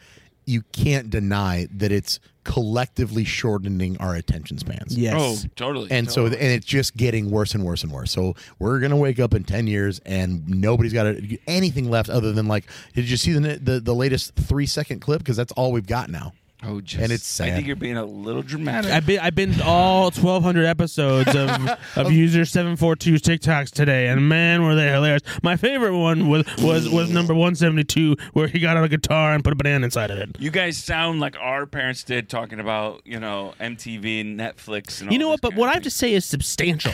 you can't deny that it's collectively shortening our attention spans.
Oh, totally.
And so, and it's just getting worse and worse and worse. So we're gonna wake up in ten years, and nobody's got a- anything left other than like, did you see the the, the latest three second clip? Because that's all we've got now.
Oh, just,
And it's
I think
sad.
you're being a little dramatic.
I've been I've been to all 1,200 episodes of of user 742's TikToks today, and man, were they hilarious! My favorite one was was was number 172, where he got out a guitar and put a banana inside of it.
you guys sound like our parents did talking about you know MTV and Netflix and all
You know
Oh,
what?
this
But
kind
what
of
I have to say is substantial.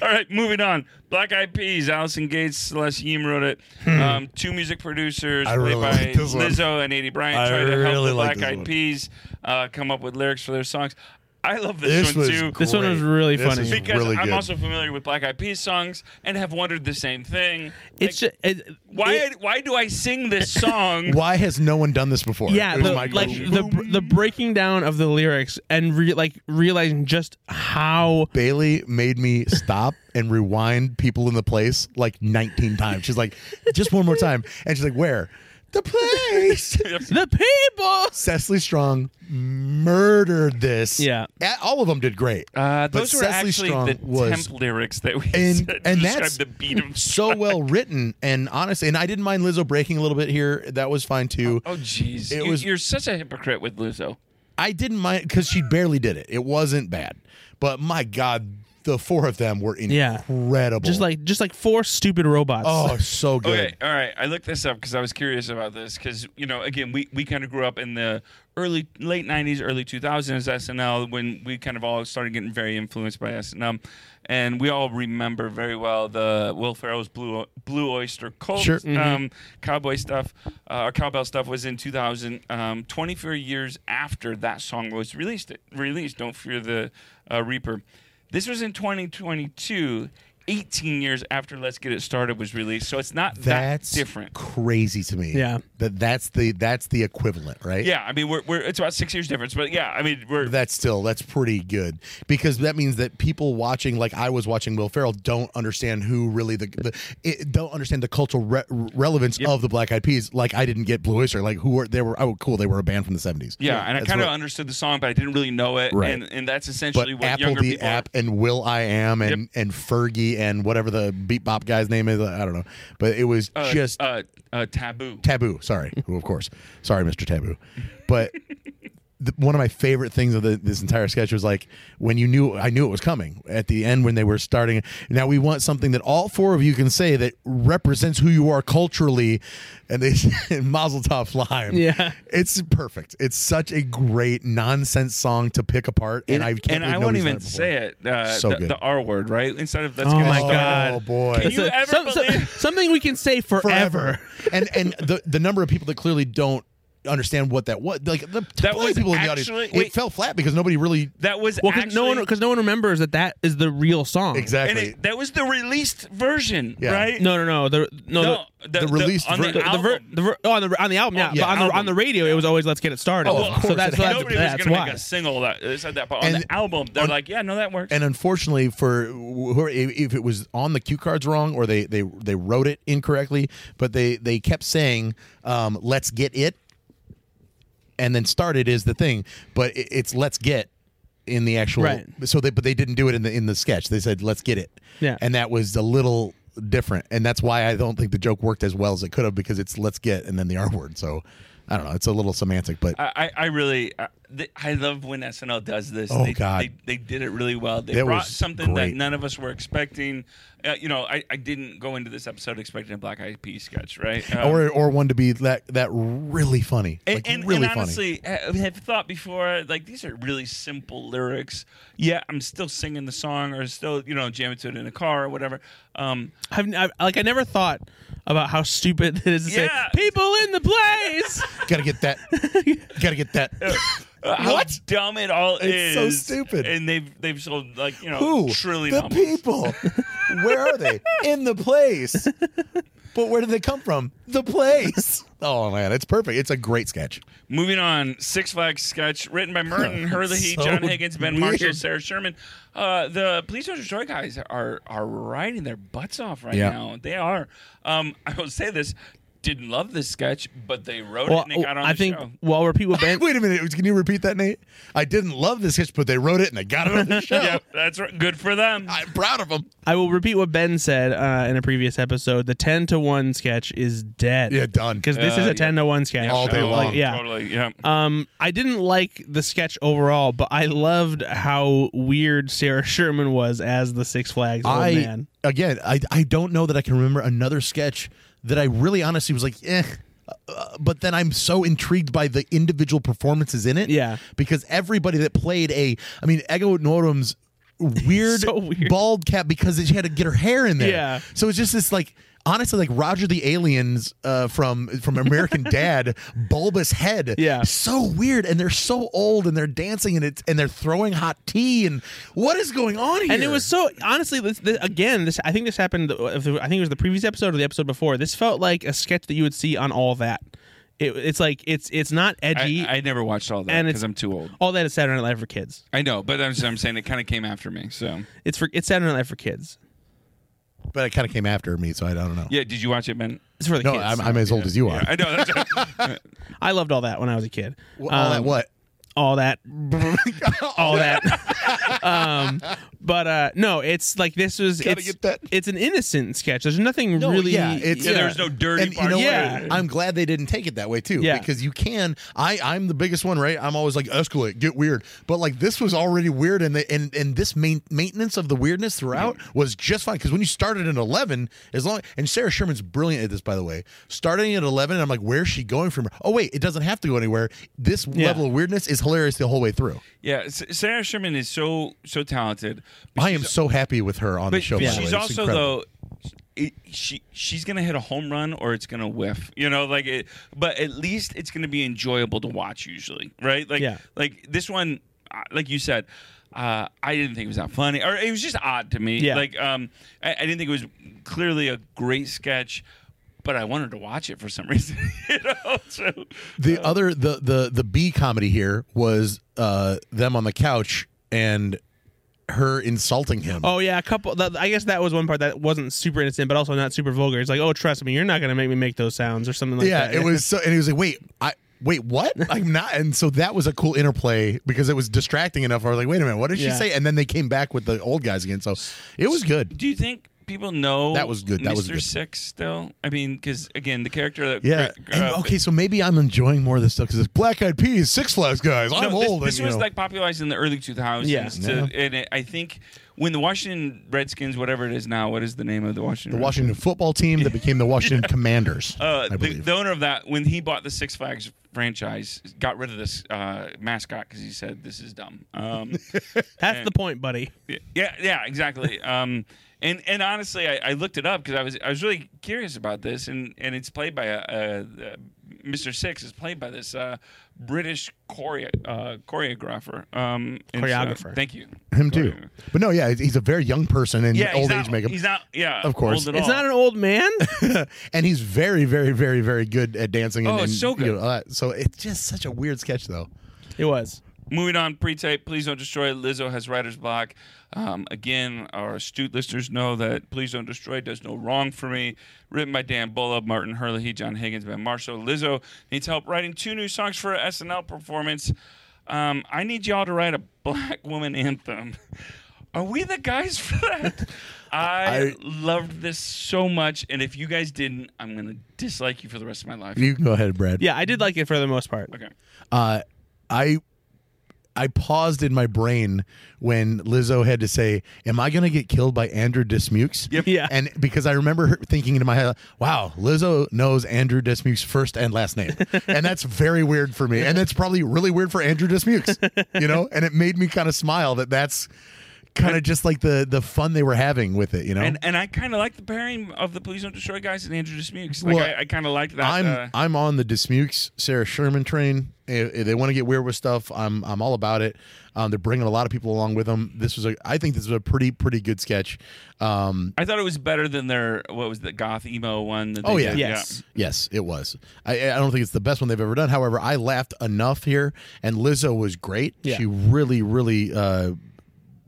All right, moving on. Black Eyed Peas, Allison Gates, Celeste Yim wrote it. Um, two music producers
Hmm. I
played
really
by
like this one.
Lizzo and Eddie Bryant
I
tried to help
really
the
like
Black
this
Eyed
one.
Peas uh, come up with lyrics for their songs. I love this,
This
one
was
too.
This one was really
This
funny.
is
because
really
I'm
good.
also familiar with Black Eyed Peas songs and have wondered the same thing.
It's
Like,
just, it,
why
it-
why do I sing
*laughs*
this song?
Why has no one done this before?
yeah,
It was
the,
my
like
question.
the br- the breaking down of the lyrics and re- like realizing just how
Bailey made me stop *laughs* and rewind people in the place like 19 times. She's like, just one more time. And she's like, where? The
*laughs*
place.
the people.
Cecily Strong murdered this.
Yeah.
A- All of them did great.
Uh,
But
those were
Cecily
actually
Strong
the
was-
temp lyrics that we
And-
said to
and
describe
that's-
the beat of
so well written and honest. And I didn't mind Lizzo breaking a little bit here. That was fine too.
*laughs* Oh jeez,
It
you,
was-
you're such a hypocrite with Lizzo.
I didn't mind because she barely did it. It wasn't bad. But my God, the four of them were
Yeah.
incredible.
Just like just like four stupid robots. *laughs*
oh, so good.
Okay, all right. I looked this up because I was curious about this because you know, again, we, we kind of grew up in the early late '90s, early 2000s SNL when we kind of all started getting very influenced by SNL, and we all remember very well the Will Ferrell's Blue O- Blue Oyster Cult
Sure. mm-hmm.
um, cowboy stuff uh, or cowbell stuff was in 2000, um, 24 years after that song was released. Released, "Don't Fear the uh, Reaper." This was in 2022. 18 years after Let's Get It Started was released, so it's not
that's
that different.
crazy to me.
Yeah.
That that's the that's the equivalent, right?
Yeah, I mean, we're, we're it's about six years difference, but yeah, I mean, we're
That's still that's pretty good because that means that people watching, like I was watching Will Ferrell, don't understand who really the, the it, don't understand the cultural re- relevance of the Black Eyed Peas. Like I didn't get Blue Oyster. Like who were they were? Oh, cool, they were a band from the seventies.
yeah, and I
That's
kind of
what-
understood the song, but I didn't really know it,
Right.
and and that's
But
essentially what
Apple
younger
the
people.
app and Will I Am and and Fergie and whatever the beat bop guy's name is. I don't know, but it was
uh,
just
uh, uh, taboo.
Taboo, sorry, *laughs* who of course, sorry, Mr. Taboo, but the, one of my favorite things of the, this entire sketch was like when you knew I knew it was coming at the end when they were starting. Now we want something that all four of you can say that represents who you are culturally, and they *laughs* and Mazel Tov Lime.
Yeah.
it's perfect. It's such a great nonsense song to pick apart, and, I can't.
and I won't even say it. Uh,
So
the,
good.
the R word, right? Instead of let's
Oh
get it
my
Oh
started.
God.
boy!
Can you
So-
ever
some- some-
believe-
*laughs* something we can say forever.
*laughs*
forever. and and the the number of people that clearly don't understand what that was like the
That
that
was
people in the
actually-
audience
wait.
it fell flat because nobody really
That was
Well, because
actually,
no one because no one remembers that that is the real song.
and
exactly
it, that was the released version,
Yeah.
right?
No, no, no. The no,
no,
the released
on the,
ver-
the, the,
album.
ver, the ver, oh, on the on the album, yeah,
yeah,
but on the
album.
on the radio, it was always "Let's Get It Started."
Oh, of
so
course
that's
it had
that's,
to
Nobody was
that's
going to
why.
make a single that that said that, but on
And-
the album, they're like, yeah, no, that works.
and unfortunately for wh- if it was on the cue cards wrong or they they they wrote it incorrectly but they they kept saying um let's get it and then started is the thing but it, it's let's get in the actual
Right.
so they but they didn't do it in the in the sketch they said let's get it
Yeah.
and that was a little different and that's why i don't think the joke worked as well as it could have because it's let's get and then the *laughs* r word so i don't know it's a little semantic but
I, I I really I, th- I love when SNL does this.
Oh,
they,
God.
they they did it really well. They
That
brought
was
something that
great.
none of us were expecting. Uh, you know, I, I didn't go into this episode expecting a Black Eyed Peas sketch,
*laughs*
right? Um,
or or one to be that that really funny
and,
like
and,
really
and
funny
honestly, I have thought before like these are really simple lyrics. Yeah, I'm still singing the song, or still you know jamming to it in a car or whatever. Um,
I've, I've like I never thought about how stupid it is to
Yeah.
say "people in the
*laughs*
place."
Gotta
*laughs*
get that. Gotta get that.
uh, how
What?
dumb it all
It's
is!
so stupid.
And they've they've sold like you know
Who?
trillion
the
albums.
people. Where are they? In the place. But where did they come from? The place. Oh man, it's perfect. It's a great sketch.
Moving on, Six Flags sketch written
*laughs*
by Merton, Hurley,
So
John Higgins, Ben Marshall,
weird.
Sarah Sherman. Uh, the Police Officer Joy guys are are riding their butts off right
Yeah.
now. They are. Um, I will say this. didn't love this sketch, but they wrote
Well,
it and they got on
I
the
think
show.
well, where people
*laughs*
ban-
Wait a minute. Can you repeat that, Nate? I didn't love this sketch, but they wrote it and they got it
*laughs*
on the show.
Yep, that's right. good for them.
I'm proud of them.
I will repeat what Ben said uh, in a previous episode. The ten to one sketch is dead.
Yeah, done.
because this
Uh,
is
yeah.
a ten to one sketch.
All day
Totally,
long. Uh,
Yeah.
Totally. Yeah.
Um, I didn't like the sketch overall, but I loved how weird Sarah *laughs* Sherman was as the Six Flags old
I
Oh, man.
again, I I don't know that I can remember another sketch that I really honestly was like, eh. Uh, but then I'm so intrigued by the individual performances in it.
Yeah.
because everybody that played a, I mean,
*laughs*
Ego Norum's weird,
So weird.
bald cap because she had to get her hair in there.
Yeah.
so it's just this like. Honestly, like Roger the Aliens uh, from
*laughs*
from American Dad, bulbous head,
Yeah.
so weird, and they're so old, and they're dancing, and it's and they're throwing hot tea, and what is going on here?
And it was so honestly. This, this, again, this I think this happened. I think it was the previous episode or the episode before. This felt like a sketch that you would see on all that. It, it's like it's it's not edgy.
I, I never watched all that
And
because
it's-
I'm too old.
all that is Saturday Night Live for kids.
I know, but I'm, I'm saying it kind of came after me. So
It's for it's Saturday Night Live for kids.
but it kind of came after me, so I don't know.
yeah, did you watch it, Ben?
It's for the
no,
kids.
I'm, I'm as old as you are.
I know. That's
*laughs*
I loved all that when I was a kid.
Well, all that
Um, *laughs*
what?
all that all that
*laughs*
um but uh no it's like this was
Gotta
it's
get that.
it's an innocent sketch there's nothing
No,
really
yeah, it's-
yeah, there's no dirty
And you
part.
know
to
Yeah.
it.
what? I'm glad they didn't take it that way too,
Yeah.
because you can. I I'm the biggest one, right? I'm always like escalate, get weird, but like this was already weird, and the and and this main, maintenance of the weirdness throughout was just fine. Because when you started at 11, as long and Sarah Sherman's brilliant at this, by the way. Starting at 11, and I'm like, where's she going from? Oh wait, it doesn't have to go anywhere. This
Yeah.
level of weirdness is hilarious the whole way through.
Yeah, S- Sarah Sherman is so so talented.
I am so happy with her on the
But
show.
but
by the way.
she's
It's
also
incredible.
though. It, she she's gonna hit a home run or it's gonna whiff, you know. Like it, but at least it's gonna be enjoyable to watch. Usually, right? Like
Yeah.
like this one, uh, like you said, uh, I didn't think it was that funny, or it was just odd to me.
Yeah.
Like um, I, I didn't think it was clearly a great sketch, but I wanted to watch it for some *laughs* reason. you know, *laughs* so
The other the the the B comedy here was uh them on the couch and her insulting him.
oh yeah a couple that, i guess that was one part that wasn't super innocent but also not super vulgar it's like oh trust me you're not gonna make me make those sounds or something like
yeah,
that
it was so and he was like, "Wait, I wait, what?
*laughs*
I'm not." And so that was a cool interplay because it was distracting enough. I was like, "Wait a minute, what did
Yeah.
she say?" And then they came back with the old guys again. So it was good.
Do you think people know
That was good. That
Mr.
was good.
Six still? I mean, because again, the character that
Yeah.
Cra-
And,
uh,
okay, so maybe I'm enjoying more of this stuff because it's Black Eyed Peas, Six Flags guys.
no,
I'm
this,
old.
this
and, you
was
know.
like popularized in the early 2000s.
Yeah.
to- and it, I think when the Washington Redskins, whatever it is now, what is the name of the Washington?
the
Redskins?
Washington football team that became the
*laughs*
Washington Commanders.
Uh,
I
the,
believe.
the owner of that, when he bought the Six Flags franchise, got rid of this uh, mascot because he said this is dumb.
*laughs*
Um,
that's the point buddy
Yeah, yeah, yeah,
*laughs*
exactly. Um, and and honestly, I, I looked it up because I was I was really curious about this, and and it's played by a, a, a Mr. Six is played by this uh, British choreo- uh, choreographer, um, and so-
Choreographer.
thank you.
Him too. But no, yeah, he's a very young person and
Yeah, he's
old
not-
age makeup.
He's not. Yeah,
Of course.
old at
it's
all.
not an old
*laughs*
man
and he's very, very, very, very good at dancing. And,
Oh, it's
and,
so
you
good.
know, all that. so it's just such a weird sketch, though.
it was
Moving on, pre-tape. Please don't destroy. Lizzo has writer's block. Um, again, our astute listeners know that "Please Don't Destroy" does no wrong for me. Written by Dan Bulla, Martin Herlihy, John Higgins, Ben Marshall. Lizzo needs help writing two new songs for her SNL performance. Um, I need y'all to write a black woman anthem. *laughs* Are we the guys for that? I,
I-
loved this so much, and if you guys didn't, I'm gonna dislike you for the rest of my life.
You can go ahead, Brad.
yeah i did like it for the most part
Okay.
Uh, I I paused in my brain when Lizzo had to say, "Am I going to get killed by Andrew Dismukes?"
Yep.
Yeah.
And because I remember her thinking in my head, "Wow, Lizzo knows Andrew Dismukes' first and last
*laughs*
name," and that's very weird for me, and that's probably really weird for Andrew Dismukes, you know. And it made me kind of smile that that's kind of just like the the fun they were having with it, you know.
And and I kind of like the pairing of the Please Don't Destroy guys and Andrew Dismukes. Like
Well,
I, I kind of like that.
I'm
uh,
I'm on the Dismukes Sarah Sherman train. If, if they want to get weird with stuff, I'm I'm all about it. Um, they're bringing a lot of people along with them. This was a I think this was a pretty pretty good sketch. Um,
I thought it was better than their what was the goth emo one. That they
Oh, yeah.
did.
yes
yes, it was. I I don't think it's the best one they've ever done. However, I laughed enough here, and Lizzo was great.
Yeah.
She really really uh,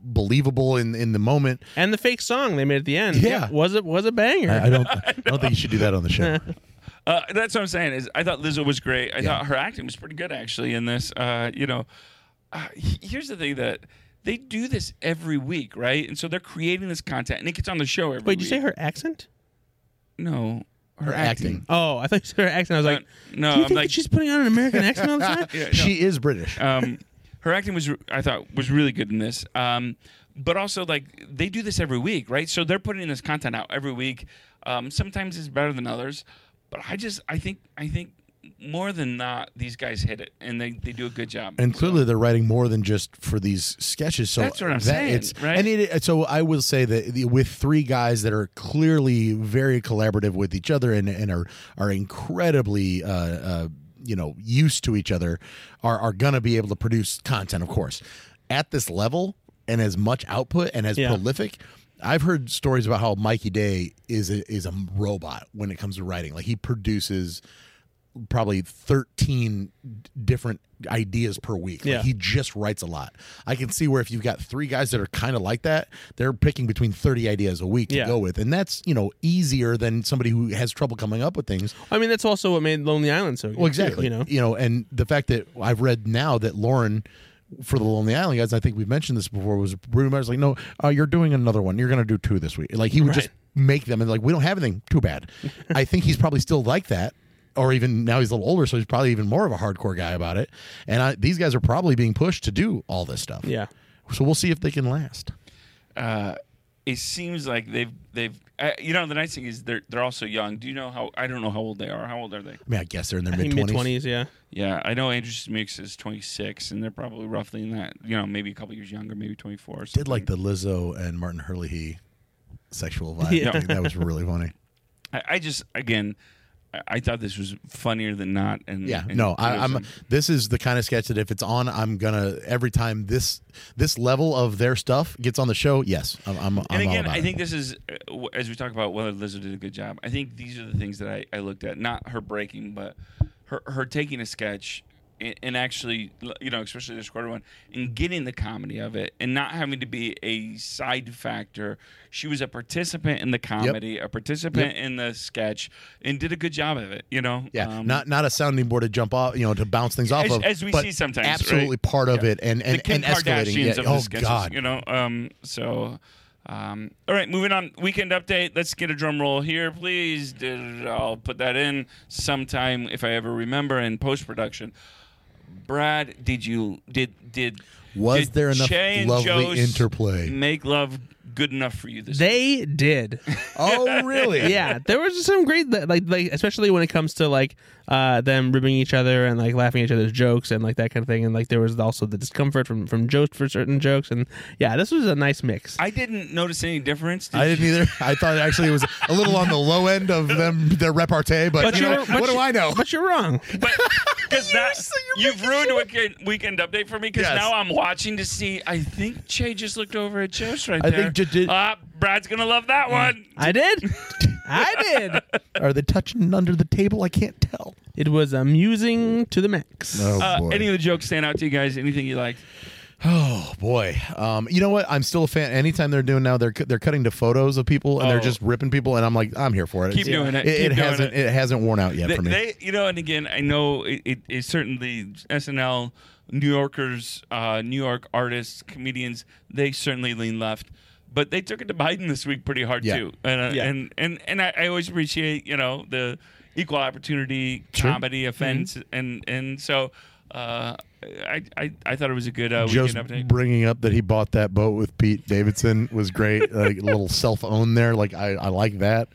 believable in in the moment.
and the fake song they made at the end
Yeah.
was it was a banger
*laughs*
*laughs*
I, I don't I don't think you should do that on the show.
Uh, that's what I'm saying. Is I thought Lizzo was great. I thought her acting was pretty good actually in this. Uh, you know, uh, he- here's the thing that they do this every week, right? And so they're creating this content, and it gets on the show every.
Wait, did you say
week.
her accent?
no? Her,
acting.
Oh, I thought you said her accent. I was like,
no,
do you
I'm
think
like-
that she's putting on an American accent
*laughs*
all the time?
Yeah, no.
She is British.
um, her acting was I thought was really good in this. Um, but also like they do this every week, right? So they're putting this content out every week. Um, sometimes it's better than others, but I just I think I think more than not these guys hit it and they, they do a good job.
And clearly, they're writing more than just for these sketches. So
That's what I'm
that-
saying,
It's,
right?
And it, so I will say that the- with three guys that are clearly very collaborative with each other and, and are are incredibly. Uh, uh, you know, used to each other, are are gonna be able to produce content, of course, at this level and as much output and as
Yeah.
prolific. I've heard stories about how Mikey Day is a, is a robot when it comes to writing. Like he produces probably 13 d- different ideas per week. Like,
Yeah.
he just writes a lot. I can see where if you've got three guys that are kind of like that, they're picking between 30 ideas a week to
Yeah.
go with. And that's, you know, easier than somebody who has trouble coming up with things.
I mean, that's also what made Lonely Island so good.
Well,
too,
exactly.
you know,
and the fact that I've read now that Lauren for the Lonely Island guys, I think we've mentioned this before, was Bruno Mars like, no, uh, you're doing another one. You're going to do two this week. Like he would just make them and like, we don't have anything.
*laughs*
Too bad. I think he's probably still like that. Or even now he's a little older, so he's probably even more of a hardcore guy about it. And I, these guys are probably being pushed to do all this stuff.
yeah.
So we'll see if they can last.
uh, it seems like they've they've uh, you know the nice thing is they're they're also young. Do you know how I don't know how old they are? How old are they?
I mean, I guess they're in their
I think
mid
mid
twenties.
twenties, yeah.
Yeah, I know Andrew Smix is 26, and they're probably roughly in that. You know, maybe a couple years younger, maybe 24. Or
Did
something.
like the Lizzo and Martin Hurley sexual vibe?
Yeah.
I think that was really funny.
I, I just again, I, I thought this was funnier than not. And
Yeah,
and
no,
it
I,
was,
I'm.
um,
This is the kind of sketch that if it's on, I'm gonna every time this this level of their stuff gets on the show. Yes, I'm. I'm,
and
I'm all
again,
about
I
it.
think this is uh, w- as we talk about whether Lizzo did a good job. I think these are the things that I, I looked at, not her breaking, but her her taking a sketch and, and actually, l- you know, especially this quarter one, and getting the comedy of it, and not having to be a side factor. She was a participant in the comedy, a participant in the sketch, and did a good job of it. You know,
Yeah,
Um,
not not a sounding board to jump off, you know, to bounce things off
As-
of.
as we
but
see sometimes, right?
absolutely part of it, and and,
the Kim
and escalating.
Kardashians
Yeah.
of
oh
the sketches,
God,
you know. Um, so, um, all right, moving on. Weekend update. Let's get a drum roll here, please. Did- I'll put that in sometime if I ever remember in post production. Brad, did you did did
Was
did
there enough
Che and
lovely
Joe's *laughs*
interplay?
Make love good enough for you this week?
They did.
oh really?
*laughs*
yeah, there was some great like like especially when it comes to like uh them ribbing each other and like laughing at each other's jokes and like that kind of thing and like there was also the discomfort from from jokes for certain jokes and yeah, this was a nice mix.
I didn't notice any difference. Did
I didn't either. I thought actually it was a little on the low end of them their repartee, but,
But
you
you
know,
were- but
what do
you-
I know?
but you're wrong.
But because that you've ruined weekend, weekend update for me because
Yes.
now I'm watching to see. I think Che just looked over at Joe's right
I
there.
think J- Mm. did-
Ah, Brad's gonna love that one.
I
*laughs*
did. I did.
Are they touching under the table? I can't tell.
It was amusing to the max.
Oh
Uh,
boy.
any of the jokes stand out to you guys? Anything you liked?
Oh boy, um, you know what? I'm still a fan. Anytime they're doing now, they're cu- they're cutting to photos of people and
Oh.
they're just ripping people, and I'm like, I'm here for it.
Keep doing it. Keep
It,
doing
hasn't
it.
it. hasn't worn out yet
They,
for me.
they- you know, and again, I know it, it, it certainly SNL, New Yorkers, uh, New York artists, comedians, they certainly lean left. But they took it to Biden this week pretty hard
Yeah.
too, and uh, and and, and I, I always appreciate you know the equal opportunity comedy offense, and and so uh, I, I I thought it was a good uh,
Joe's
weekend update.
bringing up that he bought that boat with Pete Davidson was great. *laughs* like a little self own there. Like I, I like that.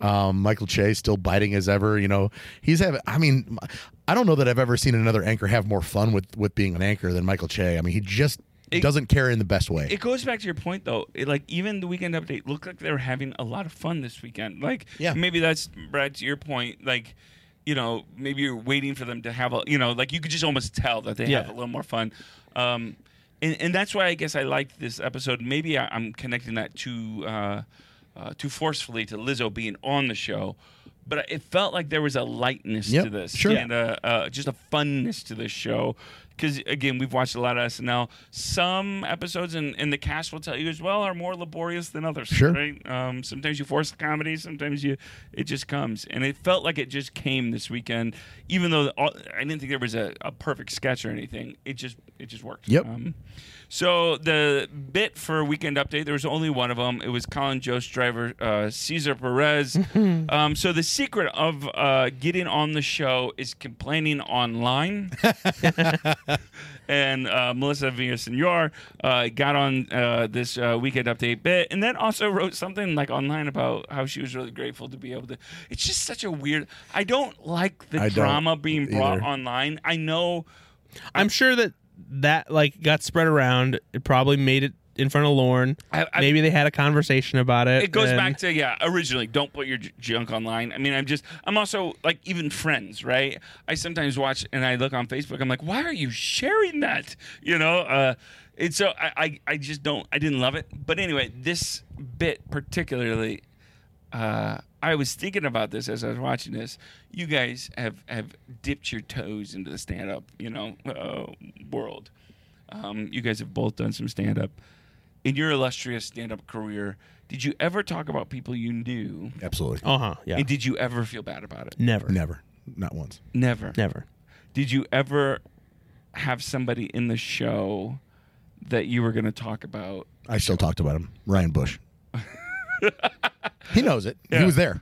Um, Michael Che still biting as ever. You know he's having. I mean, I don't know that I've ever seen another anchor have more fun with with being an anchor than Michael Che. I mean, he just
It-
doesn't care in the best way.
it goes back to your point though. It, like even the weekend update looked like they were having a lot of fun this weekend. Like
Yeah.
maybe that's Brad to your point. Like you know maybe you're waiting for them to have a you know like you could just almost tell that they have
Yeah.
a little more fun. Um, and, and that's why I guess I liked this episode. Maybe I, I'm connecting that too uh, uh, too forcefully to Lizzo being on the show. But it felt like there was a lightness
Yep,
to this
sure.
and a, uh, just a funness to this show because again, we've watched a lot of SNL. Some episodes, and, and the cast will tell you as well, are more laborious than others.
Sure.
Right? Um, sometimes you force the comedy, sometimes you it just comes, and it felt like it just came this weekend. Even though the, all, I didn't think there was a, a perfect sketch or anything, it just it just worked.
Yep.
Um, so the bit for Weekend Update, there was only one of them. It was Colin Jost driver uh, Cesar Perez. um, so the secret of uh, getting on the show is complaining online. and uh, Melissa Villasenor uh, got on uh, this uh, Weekend Update bit, and then also wrote something like online about how she was really grateful to be able to. It's just such a weird. I don't like the
I don't
drama being brought
either.
online. I know.
I'm sure that that like got spread around. It probably made it in front of Lorne.
I- I-
Maybe they had a conversation about it.
It goes
and-
back to yeah, originally don't put your j- junk online. I mean, I'm just I'm also like even friends, right? I sometimes watch and I look on Facebook. I'm like, why are you sharing that? You know, uh, and so I, I I just don't I didn't love it. But anyway, this bit particularly, uh, I was thinking about this as I was watching this. You guys have have dipped your toes into the stand up, you know, uh, world. Um, you guys have both done some stand up. In your illustrious stand up career, did you ever talk about people you knew?
Absolutely.
Oh.
Uh huh. Yeah.
And did you ever feel bad about it?
never.
Never. Not once.
Never.
Never.
Did you ever have somebody in the show that you were going to talk about?
I still talked about him. Ryan Bush. he knows it.
Yeah.
He was there.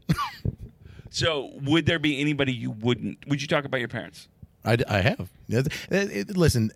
So, would there be anybody you wouldn't? Would you talk about your parents?
I, d- I have. It- it- listen,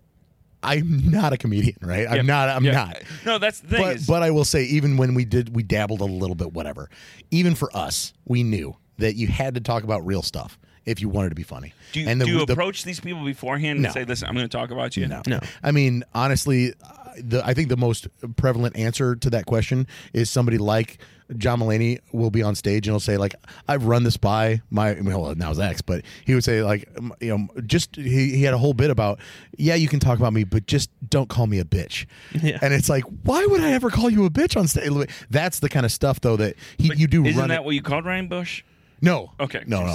I'm not a comedian, right? I'm not. I'm
Yeah.
not.
No, that's the thing.
But
is,
but I will say, even when we did, we dabbled a little bit. Whatever. Even for us, we knew that you had to talk about real stuff if you wanted to be funny.
do you,
and the,
do you
the-
approach these people beforehand
No.
and say, listen, I'm going to talk about you?
No.
No.
I mean, honestly, I- the I think the most prevalent answer to that question is somebody like John Mulaney will be on stage and he'll say like, "I've run this by my well now his ex," but he would say like, um, you know, just he, he had a whole bit about, yeah, you can talk about me, but just don't call me a bitch.
Yeah.
And it's like, why would I ever call you a bitch on stage? That's the kind of stuff though that he, you do
Isn't
run.
that
it-
what you called Ryan Bush?
no.
Okay.
No, no.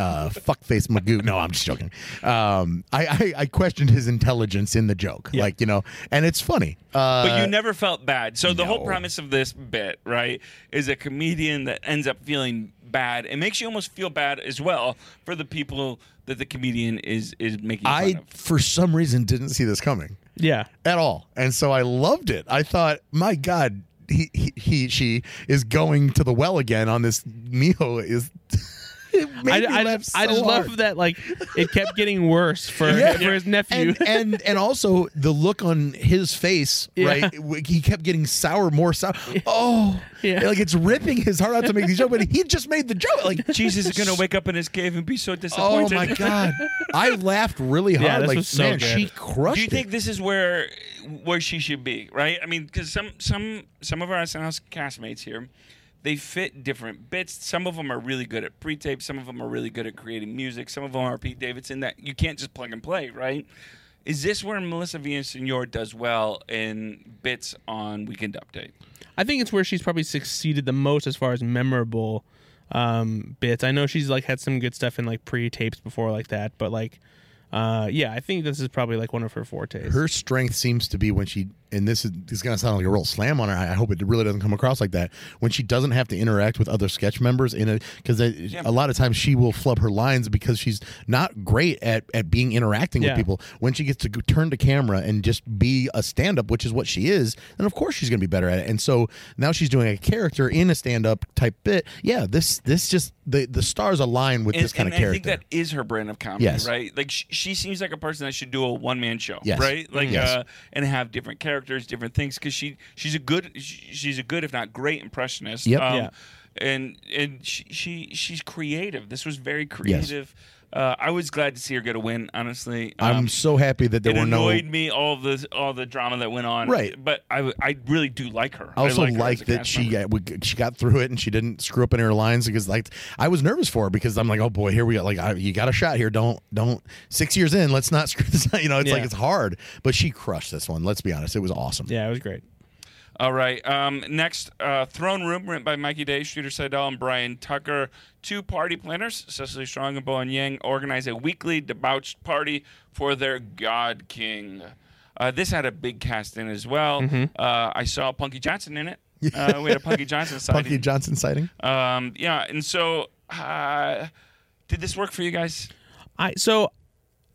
Uh, fuckface Magoo. No, I'm just joking. Um, I, I, I questioned his intelligence in the joke. Like, you know, and it's funny. Uh,
But you never felt bad. So the whole
no.
premise of this bit, right, is a comedian that ends up feeling bad. It makes you almost feel bad as well for the people that the comedian is is making fun
I,
of.
for some reason, didn't see this coming
Yeah.
at all. And so I loved it. I thought, my God, he, he, he she is going to the well again on this Miho is. *laughs* it made
I,
me
I,
laugh so
I just
hard.
love that like it
*laughs*
kept getting worse for,
Yeah.
for his nephew.
and, and and also the look on his face,
Yeah.
right? w- He kept getting sour, more sour. Oh,
Yeah.
like it's ripping his heart out to make these jokes, but he just made the joke.
*laughs*
Like,
Jesus is
*laughs*
gonna wake up in his cave and be so disappointed.
oh my god, I laughed really hard.
Yeah, this
like,
was so
man,
good.
she crushed.
Do you think
it.
this is where where she should be? Right? I mean, because some some some of our SNL castmates here, they fit different bits. Some of them are really good at pre-tape. Some of them are really good at creating music. Some of them are Pete Davidson. That you can't just plug and play, right? Is this where Melissa Villasenor does well in bits on Weekend Update?
I think it's where she's probably succeeded the most as far as memorable um, bits. I know she's like had some good stuff in like pre tapes before like that, but like uh, yeah, I think this is probably like one of her fortes.
her strength seems to be when she and this is this is gonna sound like a real slam on her. I I hope it really doesn't come across like that. When she doesn't have to interact with other sketch members in it, because a lot of times she will flub her lines because she's not great at at being interacting
Yeah.
with people. When she gets to go, turn to camera and just be a stand up, which is what she is, then of course she's gonna be better at it. And so now she's doing a character in a stand up type bit. Yeah, this this just the the stars align with
And,
this kind
and
of character.
I think that is her brand of comedy,
Yes.
right? Like she, she seems like a person that should do a one man show,
Yes. Mm-hmm.
right? Like
Yes.
uh, and have different characters, different things because she she's a good she, she's a good if not great impressionist. Um,
Yep.
Yeah.
And and she, she she's creative. This was very creative. Uh, I was glad to see her get a win. Honestly,
I'm
Um,
so happy that there
it
were no
annoyed me all the all the drama that went on.
Right.
but I, I really do like her.
I also
like
like,
her as a
that
cast
she
member.
got, we, she got through it and she didn't screw up in her lines because like I was nervous for her because I'm like oh boy here we go like I, you got a shot here don't don't six years in let's not *laughs* screw this up you know it's
Yeah.
like it's hard but she crushed this one let's be honest it was awesome
yeah, it was great.
All right. Um, next, uh, Throne Room, written by Mikey Day, Shooter Seidel, and Brian Tucker. Two party planners, Cecily Strong and Bowen Yang, organize a weekly debauched party for their God King. Uh, this had a big cast in as well. Uh, I saw Punky Johnson in it. Uh, we had a Punky Johnson sighting.
Punky Johnson sighting.
Um, yeah, and so uh, did this work for you guys?
I so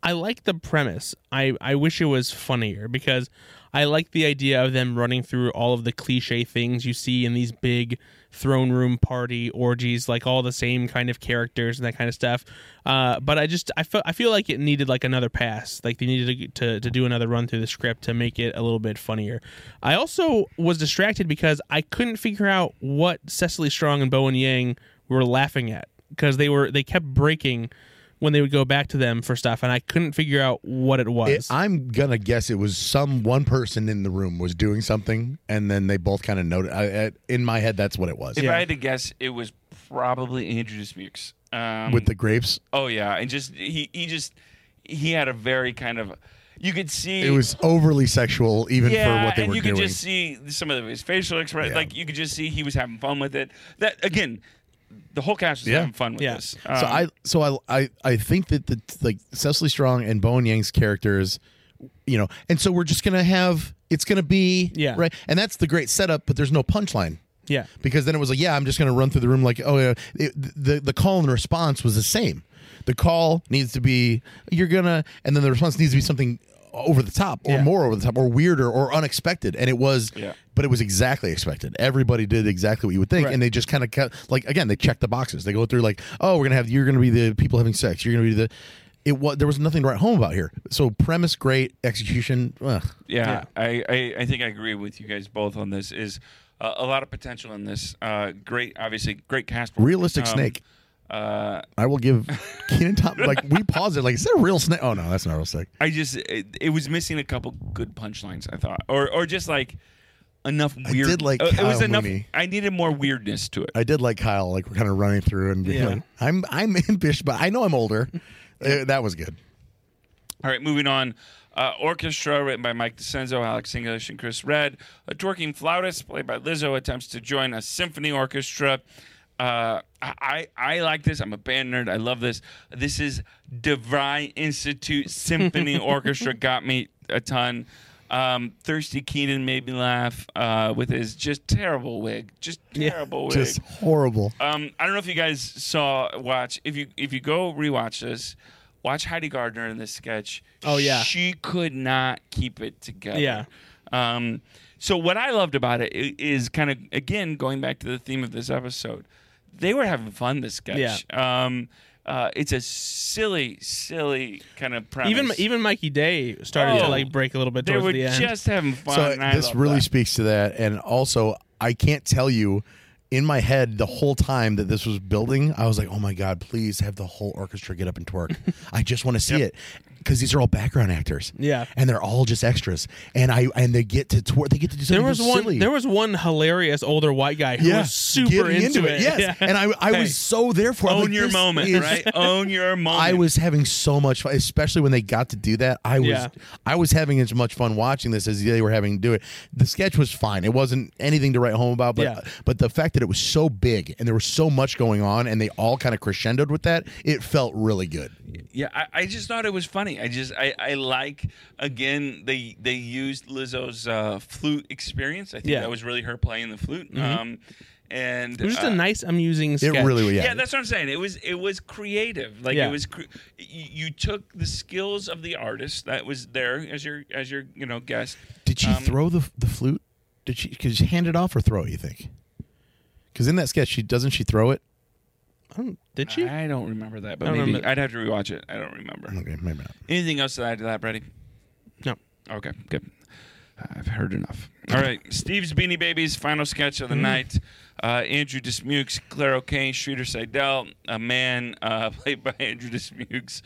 I like the premise. I I wish it was funnier because I like the idea of them running through all of the cliche things you see in these big throne room party orgies, like all the same kind of characters and that kind of stuff. Uh, but I just I feel I feel like it needed like another pass. Like they needed to, to to do another run through the script to make it a little bit funnier. I also was distracted because I couldn't figure out what Cecily Strong and Bowen Yang were laughing at because they were they kept breaking when they would go back to them for stuff, and I couldn't figure out what it was.
It- I'm gonna guess it was some one person in the room was doing something, and then they both kind of noted. I, I, in my head, that's what it was
If I had to guess, it was probably Andrew Dismukes. Um,
with the grapes.
oh yeah, and just he he just he had a very kind of you could see
It was overly sexual, even
yeah,
for what they
and
were
you
doing.
could just see some of his facial expression.
Yeah.
Like you could just see he was having fun with it. That again, the whole cast was
Yeah.
having fun with
Yeah.
this.
so
Um,
I, so I, I, I think that the like Cecily Strong and Bowen Yang's characters, you know, and so we're just gonna have it's gonna be
Yeah.
right, and that's the great setup, but there's no punchline.
yeah,
because then it was like, yeah, I'm just going to run through the room like, oh, yeah. It, the the call and response was the same. The call needs to be you're gonna, and then the response needs to be something over the top or
Yeah.
more over the top or weirder or unexpected. And it was,
Yeah.
but it was exactly expected. Everybody did exactly what you would think,
Right.
and they just kind of cut like again, they checked the boxes. They go through like, oh, we're gonna have you're gonna be the people having sex. You're gonna be the it was there was nothing to write home about here. So premise great, execution. Ugh.
yeah, I, I I think I agree with you guys both on this. Is uh, a lot of potential in this. Uh, great, obviously, great cast. work.
Realistic
Um,
snake.
Uh,
I will give Keenan Top like we paused it like is that a real snake? Oh no, that's not a real snake.
I just it, it was missing a couple good punchlines. I thought, or or just like enough weird.
did like
uh, it was
Kyle
enough.
Mooney.
I needed more weirdness to it.
I did like Kyle like kind of running through and being
Yeah.
like I'm I'm *laughs* impish, but I know I'm older. Uh, that was good.
All right, moving on. Uh, Orchestra, written by Mike DeCenzo, Alex English, and Chris Red. A twerking flautist, played by Lizzo, attempts to join a symphony orchestra. Uh, I, I I like this. I'm a band nerd. I love this. This is DeVry Institute Symphony Orchestra. Got me a ton. Um, Thirsty Keenan made me laugh uh, with his just terrible wig. Just terrible wig.
Just horrible.
Um, I don't know if you guys saw watch if you if you go rewatch this, watch Heidi Gardner in this sketch.
Oh, yeah.
she could not keep it together.
Yeah.
Um, so what I loved about it i- is kind of again going back to the theme of this episode, they were having fun. This sketch. Yeah. Um, uh, it's a silly, silly kind of premise.
even even Mikey Day started
Oh,
to like break a little bit
they
towards
were
the end.
just having fun.
So
and I
this
love
really
that.
speaks to that, and also I can't tell you. In my head, the whole time that this was building, I was like, "Oh my god, please have the whole orchestra get up
*laughs*
and twerk! I just want to see it because these are all background actors,
Yeah.
and they're all just extras, and I and they get to twerk, they get to do something
there was
so
one.
silly.
There was one hilarious older white guy who was super
getting
into, it. *laughs*
Yes,
Yeah.
and I, I
Hey,
was so there for. it. I'm
own
like,
your
this
moment,
is-
right? Own your
*laughs*
moment.
I was having so much fun, especially when they got to do that. I was,
Yeah.
I was having as much fun watching this as they were having to do it. The sketch was fine; it wasn't anything to write home about. But,
Yeah.
but the fact that it was so big and there was so much going on, and they all kind of crescendoed with that, it felt really good.
Yeah, I, I just thought it was funny. I just I, I like again they they used Lizzo's uh, flute experience. I think
Yeah. Mm-hmm.
that was really her playing the flute. Um, and
it was just
uh,
a nice, amusing.
It
Sketch.
really,
yeah.
yeah.
that's what I'm saying. It was it was creative. Like
Yeah.
it was cre- you, you took the skills of the artist that was there as your as your you know guest.
Did she
Um,
throw the the flute? Did she? Could she hand it off or throw it? You think? Because in that sketch, she doesn't she throw it?
I don't- Did she?
I don't remember that, but
I don't
maybe
remember. Mm.
I'd have to rewatch it. I don't remember.
Okay, maybe not.
Anything else to add to that, Brady?
No.
Okay, good. I've heard enough. All right, Steve's Beanie Babies, final sketch of
Mm-hmm.
the night. Uh, Andrew Dismukes, Claire O'Kane, Shooter Seidel, a man uh, *laughs* played by Andrew Dismukes.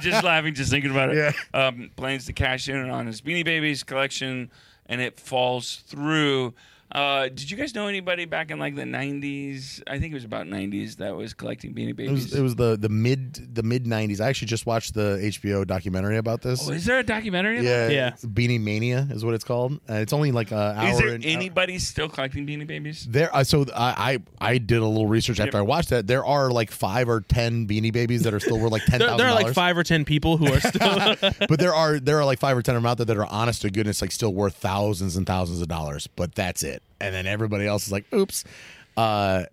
*laughs*
just laughing just thinking about it. Um, plans to cash in on his Beanie Babies collection, and it falls through. Uh, did you guys know anybody back in like the '90s? I think it was about '90s that was collecting Beanie
It
Babies.
was, it was the, the mid the mid nineties. I actually just watched the HBO documentary about this.
oh, is there a documentary? on
yeah,
Yeah.
Beanie Mania is what it's called. Uh, it's only like an hour.
that? Is there
and- uh,
anybody still collecting Beanie Babies?
There, uh, so I, I I did a little research after I
Yep.
watched that. There are like five or ten Beanie Babies that are still worth
*laughs*
like ten
There,
thousand
there are like
dollars.
five or ten people who are
*laughs*
still. *laughs*
But there are there are like five or ten of them out there that are honest to goodness like still worth thousands and thousands of dollars. But that's it. And then everybody else is like, oops. Uh,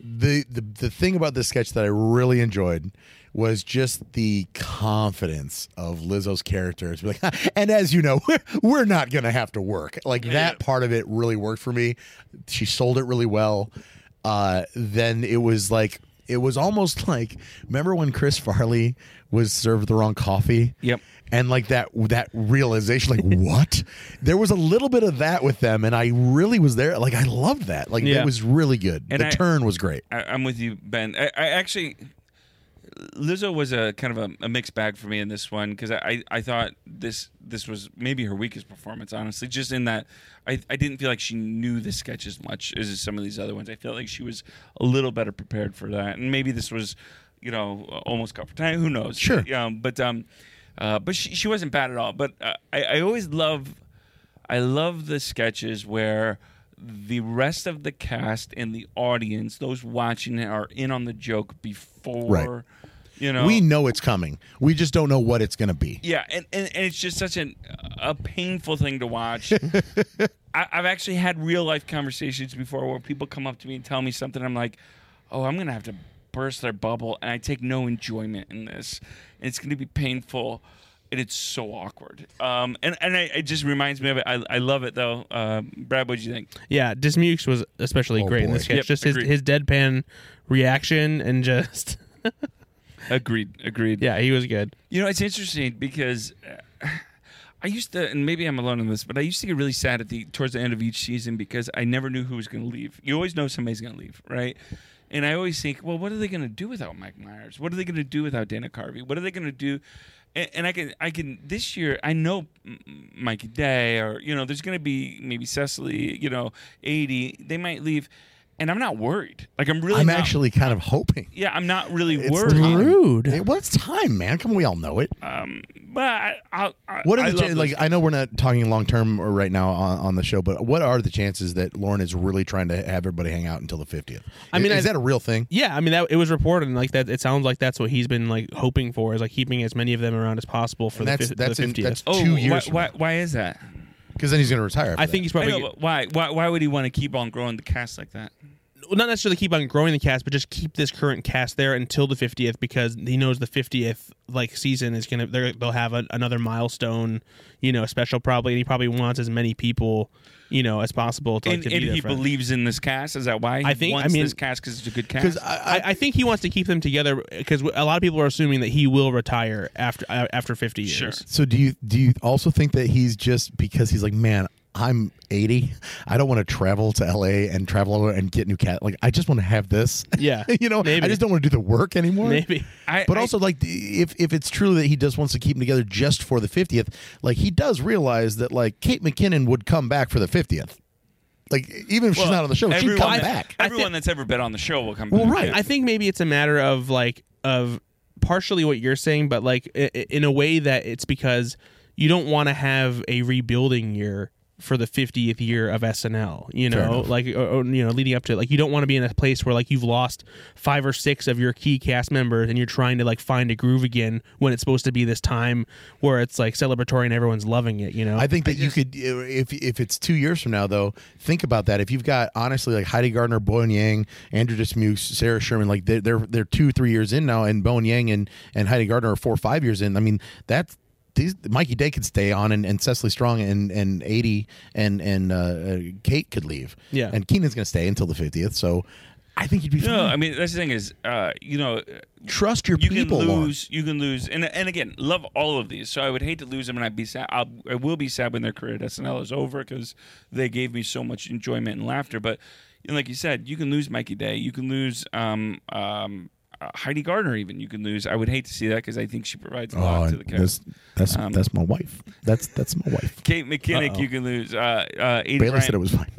the the the thing about this sketch that I really enjoyed was just the confidence of Lizzo's character. It's like, *laughs* and as you know, we're, we're not gonna have to work. Like that part of it really worked for me. She sold it really well. Uh, then it was like it was almost *laughs* like remember when Chris Farley was served the wrong coffee?
Yep.
And like that that realization, like *laughs* what? There was a little bit of that with them, and I really was there. Like I loved that. Like
Yeah.
it was really good.
And
the
I-
turn was great.
I, I'm with you, Ben. I, I actually, Lizzo was a kind of a, a mixed bag for me in this one because I, I, I thought this this was maybe her weakest performance, honestly. Just in that, I, I didn't feel like she knew the sketch as much as some of these other ones. I felt like she was a little better prepared for that, and maybe this was, you know, almost caught for time. Who knows?
Sure.
Um, but um, uh, but she, she wasn't bad at all. But uh, I, I always love, I love the sketches where the rest of the cast and the audience, those watching it, are in on the joke before.
Right.
You
Oh.
know,
We know it's coming. We just don't know what it's going to be.
yeah, and, and, and it's just such an, a painful thing to watch. I, I've actually had real life conversations before where people come up to me and tell me something. I'm like, oh, I'm going to have to burst their bubble, and I take no enjoyment in this. And it's going to be painful, and it's so awkward. Um, and and I, it just reminds me of it. I, I love it, though. Um, Brad, what'd you think?
yeah, Dismukes was especially
Oh,
great in
boy.
this sketch.
Yep,
just his,
agreed.
his deadpan reaction and just *laughs*
Agreed, agreed.
yeah, he was good.
You know, it's interesting because uh, *sighs* I used to, and maybe I'm alone in this, but I used to get really sad at the towards the end of each season because I never knew who was going to leave. You always know somebody's going to leave, right? And I always think, well, what are they going to do without Mike Myers? What are they going to do without Dana Carvey? What are they going to do? And, and I can, I can. This year, I know M- Mikey Day, or you know, there's going to be maybe Cecily, you know, eighty. They might leave, and I'm not worried. Like I'm really,
I'm
not-
actually kind of hoping.
yeah, I'm not really
It's
worried.
time.
Rude.
It, well, it's time, man. Come, on, we all know it.
Um, but I, I, I,
What are
I
the
love
cha-
those
like? I know we're not talking long term or right now on, on the show, but what are the chances that Lauren is really trying to have everybody hang out until the fiftieth?
I mean,
is,
I-
that a real thing?
Yeah, I mean that it was reported and like that. It sounds like that's what he's been like hoping for is like keeping as many of them around as possible for
And
the
that's
fif- the
that's in, that's
fiftieth.
Oh,
two years.
Why, why, why is that?
Because then he's going to retire. after
I think
that.
he's
I
probably
know, but why, why? Why would he want to keep on growing the cast like that?
well, not necessarily keep on growing the cast, but just keep this current cast there until the fiftieth because he knows the fiftieth like season is gonna they're- they'll have a, another milestone, you know, special probably, and he probably wants as many people, you know, as possible to, like,
and
to
and
be there
he
for him.
believes in this cast. Is that why? He
I think- I
wants
mean-
this cast because it's a good cast.
because I,
I, I think he wants to keep them together because a lot of people are assuming that he will retire after uh, after fifty years.
Sure.
So do you do you also think that he's just because he's like, man, I'm 80. I don't want to travel to LA and travel over and get new cat. Like I just want to have this. *laughs*
Yeah,
you know,
maybe.
I just don't want to do the work anymore.
Maybe.
I-
But
I-
also, like, the- if if it's true that he just wants to keep them together just for the 50th, like he does realize that like Kate McKinnon would come back for the 50th. Like even if she's
Well,
not on the show, she'd
everyone
come
that-
back.
I
Everyone
think-
that's ever been on the show will come.
Well,
back.
right.
I think maybe it's a matter of like of partially what you're saying, but like i- i- in a way that it's because you don't want to have a rebuilding year for the 50th year of SNL, you know,
enough.
like or, or, you know, leading up to it. like you don't want to be in a place where like you've lost five or six of your key cast members and you're trying to like find a groove again when it's supposed to be this time where it's like celebratory and everyone's loving it, you know.
I think that you could, uh, if if it's two years from now, though, think about that. If you've got honestly like Heidi Gardner, Bowen Yang, Andrew Dismukes, Sarah Sherman, like they're they're, they're two three years in now, and Bowen Yang and and Heidi Gardner are four five years in. I mean that's. These, Mikey Day could stay on, and, and Cecily Strong and, and eighty and and uh, uh, Kate could leave.
Yeah.
and Keenan's going to stay until the fiftieth. So, I think you'd be
No, I
fine.
mean that's the thing is, uh, you know,
Trust your
you
people.
can
Lauren.
lose. You can lose, and and again, love all of these. So I would hate to lose them, and I'd be sad. I'll, I will be sad when their career at SNL is over because they gave me so much enjoyment and laughter. But you know, like you said, you can lose Mikey Day. You can lose um, um, uh, Heidi Gardner. Even you can lose. I would hate to see that because I think she provides a
Oh,
lot to the cast.
that's that's,
Um,
that's my wife. That's that's my wife.
Kate McKinnick, you can lose. Uh, uh, Aidan
Bailey
Bryant-
said it was fine.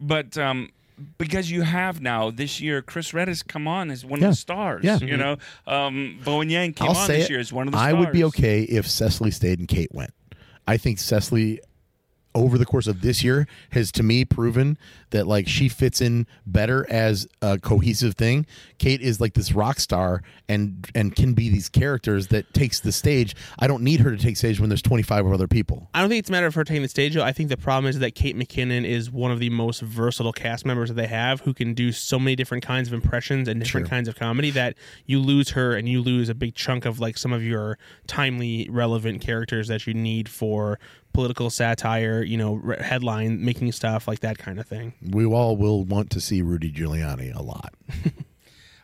but um, because you have now this year, Chris Redis come on as one
Yeah.
of the stars.
Yeah. Mm-hmm.
You know, um, Bowen Yang came
I'll
on
say
this
it.
year as one of the
I
stars.
would be okay if Cecily stayed and Kate went. I think Cecily over the course of this year has to me proven that like she fits in better as a cohesive thing. Kate is like this rock star and and can be these characters that takes the stage. I don't need her to take stage when there's 25 other people.
I don't think it's a matter of her taking the stage. though. I think the problem is that Kate McKinnon is one of the most versatile cast members that they have, who can do so many different kinds of impressions and different kinds of comedy that you lose her and you lose a big chunk of like some of your timely, relevant characters that you need for political satire, you know, re- headline making stuff like that kind of thing.
We all will want to see Rudy Giuliani a lot.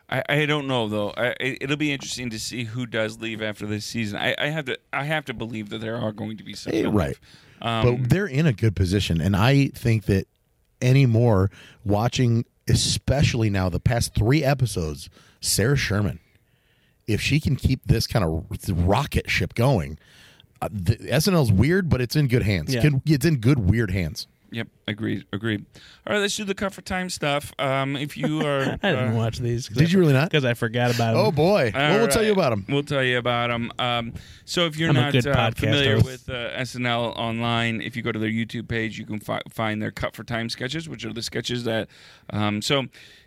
I, I don't know though. I, I- it'll be interesting to see who does leave after this season. I, I have to I have to believe that there are going to be some.
Eh,
that
right.
leave. Um,
but they're in a good position and i think that anymore watching especially now the past three episodes sarah sherman if she can keep this kind of rocket ship going uh, the, snl's weird but it's in good hands
Yeah.
Can- it's in good weird hands
Yep. Agreed. Agreed. All right. Let's do the comfort time stuff. Um, if you are,
*laughs* I didn't
uh,
watch these.
did you really not
Because I forgot about them.
oh boy
All
well we'll tell you
right.
about them
We'll tell you about them. Um, so if you're
I'm a
not
good
uh,
podcast
familiar
host.
with uh, SNL online, if you go to their YouTube page, you can fi- find their cut for time sketches, which are the sketches that. Um, so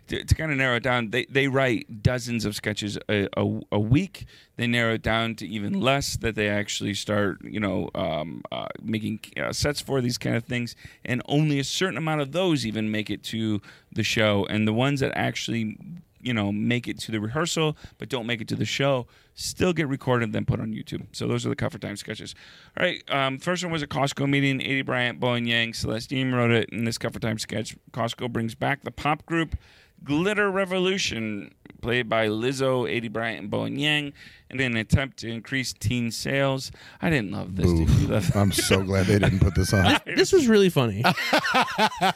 to, to kind of narrow it down, they, they write dozens of sketches a, a, a week. They narrow it down to even less that they actually start, you know, um, uh, making uh, sets for these kind of things, and only a certain amount of those even make it to the show. And the ones that actually you know, make it to the rehearsal, but don't make it to the show, still get recorded and then put on YouTube. So those are the cover time sketches. All right. Um, first one was a Costco meeting. A.D. Bryant, Bowen Yang, Celestine wrote it in this cover time sketch. Costco brings back the pop group Glitter Revolution, played by Lizzo, A.D. Bryant, and Bowen Yang, in an attempt to increase teen sales. I didn't love this. Did you love
i'm so glad they didn't put this
*laughs*
on
this was really
*laughs*
funny. uh,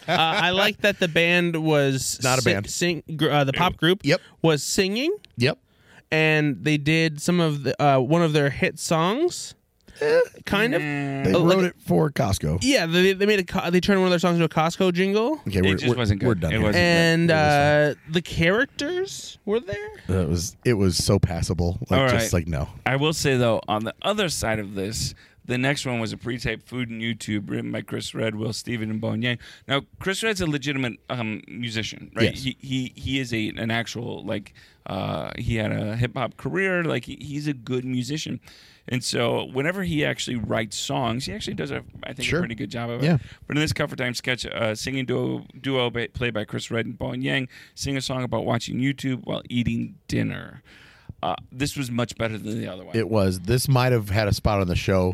I like that the band was
Not a
sing-
band.
Sing, gr- uh, the pop group
Yep.
was singing,
yep
and they did some of the uh, one of their hit songs,
Eh.
kind
Mm.
of.
they
Oh, like-
wrote it for costco
Yeah, they, they made a co- they turned one of their songs into a Costco jingle,
okay
It just wasn't good.
we're done
It
here.
wasn't-
and
What
uh, the characters were there.
That was it was so passable like
All
just
right.
like no
I will say though, on the other side of this, the next one was a pre-taped food and YouTube written by Chris Red, Will Steven, and Bone Yang. Now, Chris Red's a legitimate um, musician, right?
Yes.
He, he he is a an actual like uh, he had a hip hop career. Like he, he's a good musician, and so whenever he actually writes songs, he actually does a I think
Sure.
a pretty good job of it.
Yeah.
But in this cover time sketch, uh, singing duo duo ba- played by Chris Red and Bone Yang sing a song about watching YouTube while eating dinner. Uh, this was much better than the other one.
It was. This might have had a spot on the show,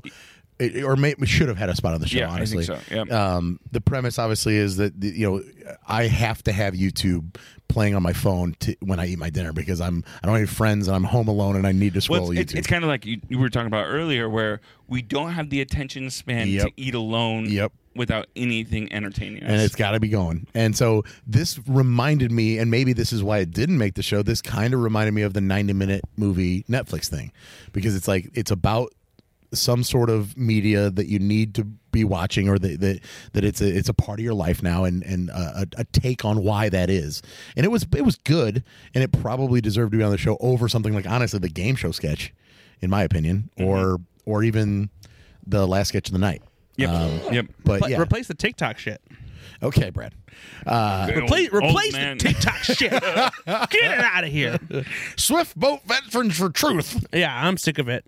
it, or may, we should have had a spot on the show.
Yeah, I think
honestly,
so, yeah.
Um, the premise obviously is that the, you know I have to have YouTube playing on my phone to, when I eat my dinner because I'm I don't have any friends and I'm home alone and I need to
Well,
scroll
it's,
YouTube.
it's kind of like you, you were talking about earlier, where we don't have the attention span
Yep.
to eat alone
Yep.
without anything entertaining us.
and it's got to be going. And so this reminded me, and maybe this is why it didn't make the show. This kind of reminded me of the 90 minute movie Netflix thing because it's like it's about some sort of media that you need to be watching or that that, that it's a it's a part of your life now and and a, a, a take on why that is and it was it was good and it probably deserved to be on the show over something like honestly the game show sketch in my opinion or or even the last sketch of the night
yep,
Um,
yep.
but
Pla-
yeah
Replace the TikTok shit.
okay brad uh
Play,
Old- old
replace the
man.
TikTok
*laughs*
shit. Get it out of here.
Swift Boat Veterans for Truth. *laughs*
Yeah, I'm sick of it.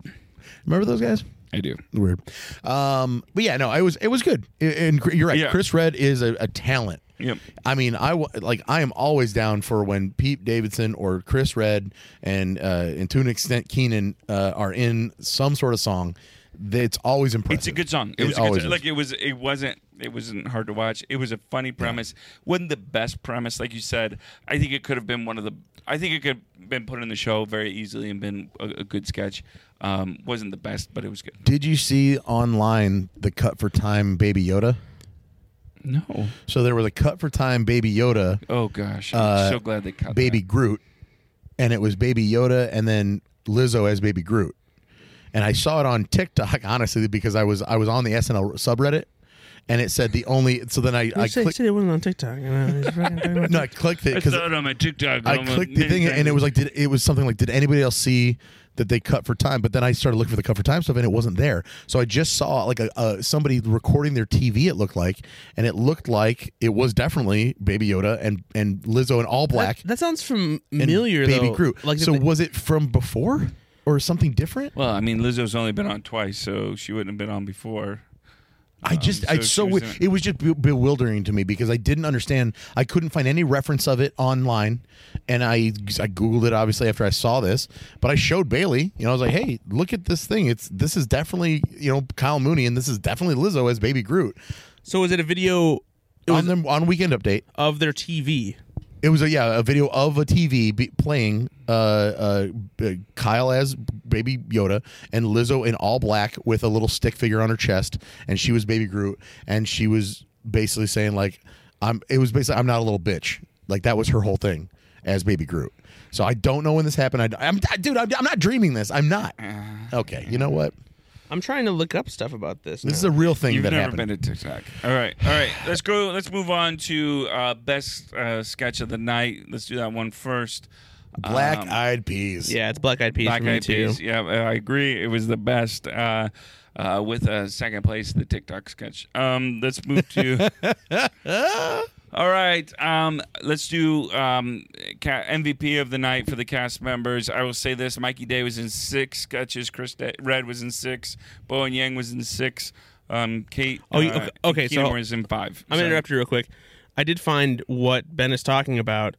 Remember those guys?
I do.
Weird. Um, but yeah, no, it was it was good. I- And you're right.
Yeah.
Chris Red is a, a talent.
Yep.
I mean, I wa- like I am always down for when Pete Davidson or Chris Red and uh, and to an extent Keenan uh, are in some sort of song. It's always impressive.
It's a good song. It, was a good
always
song.
is.
like it was. It wasn't. It wasn't hard to watch. It was a funny premise. wasn't the best premise, like you said. I think it could have been one of the. I think it could have been put in the show very easily and been a, a good sketch. Um, wasn't the best, but it was good.
Did you see online the cut for time Baby Yoda?
No.
So there was a cut for time Baby Yoda.
Oh gosh, I'm
Uh,
so glad they cut
Baby
that.
Groot, and it was Baby Yoda, and then Lizzo as Baby Groot. *laughs* And I saw it on TikTok, honestly, because I was I was on the SNL subreddit, and it said the only. So then I, I
I said,
clicked.
said it wasn't on TikTok. You know, it's
*laughs*
fucking talking about-
No, I clicked it
I
because
saw it on my TikTok.
I
I'm like,
clicked the thing and it was like did it was something like did anybody else see that they cut for time but then I started looking for the cut for time stuff and it wasn't there so I just saw like a, a somebody recording their TV it looked like and it looked like it was definitely Baby Yoda and and Lizzo in all black
That, that sounds
and
familiar,
Baby
though.
Groot
Like
so
the-
was it from before or something different
Well, I mean, Lizzo's only been on twice, so she wouldn't have been on before.
I just
so
I so
she was
wi-
in-
it was just be- bewildering to me because I didn't understand I couldn't find any reference of it online and I I googled it obviously after I saw this but I showed Bailey you know I was like hey look at this thing it's this is definitely you know Kyle Mooney and this is definitely Lizzo as Baby Groot
so is it a video it was
on them on Weekend Update
of their TV?
it was a yeah a video of a TV be, playing uh, uh b- Kyle as Baby Yoda and Lizzo in all black with a little stick figure on her chest, and she was Baby Groot, and she was basically saying like, "I'm." It was basically, "I'm not a little bitch." Like that was her whole thing as Baby Groot. So I don't know when this happened. I, am dude. I'm, I'm not dreaming this. I'm not.
Uh,
Okay, you know what?
I'm trying to look up stuff about this.
This is
now.
a real thing
You've
that
never
happened.
been to TikTok. All right, all right. Let's go. Let's move on to uh, best uh, sketch of the night. Let's do that one first.
Black
Um,
Eyed Peas.
yeah, it's Black Eyed Peas
Black
for me
Eyed
too.
Peas. Yeah, uh, I agree. It was the best. Uh, uh, with uh, second place, the TikTok sketch. Um, let's move to.
*laughs*
All right. Um, let's do um, ca- MVP of the night for the cast members. I will say this: Mikey Day was in six sketches. Chris Da- Red was in six. Bo and Yang was in six. Um, Kate.
Oh, you-
uh,
okay,
Keenan
so-
was in five.
I'm
So-
gonna interrupt you real quick. I did find what Ben is talking about,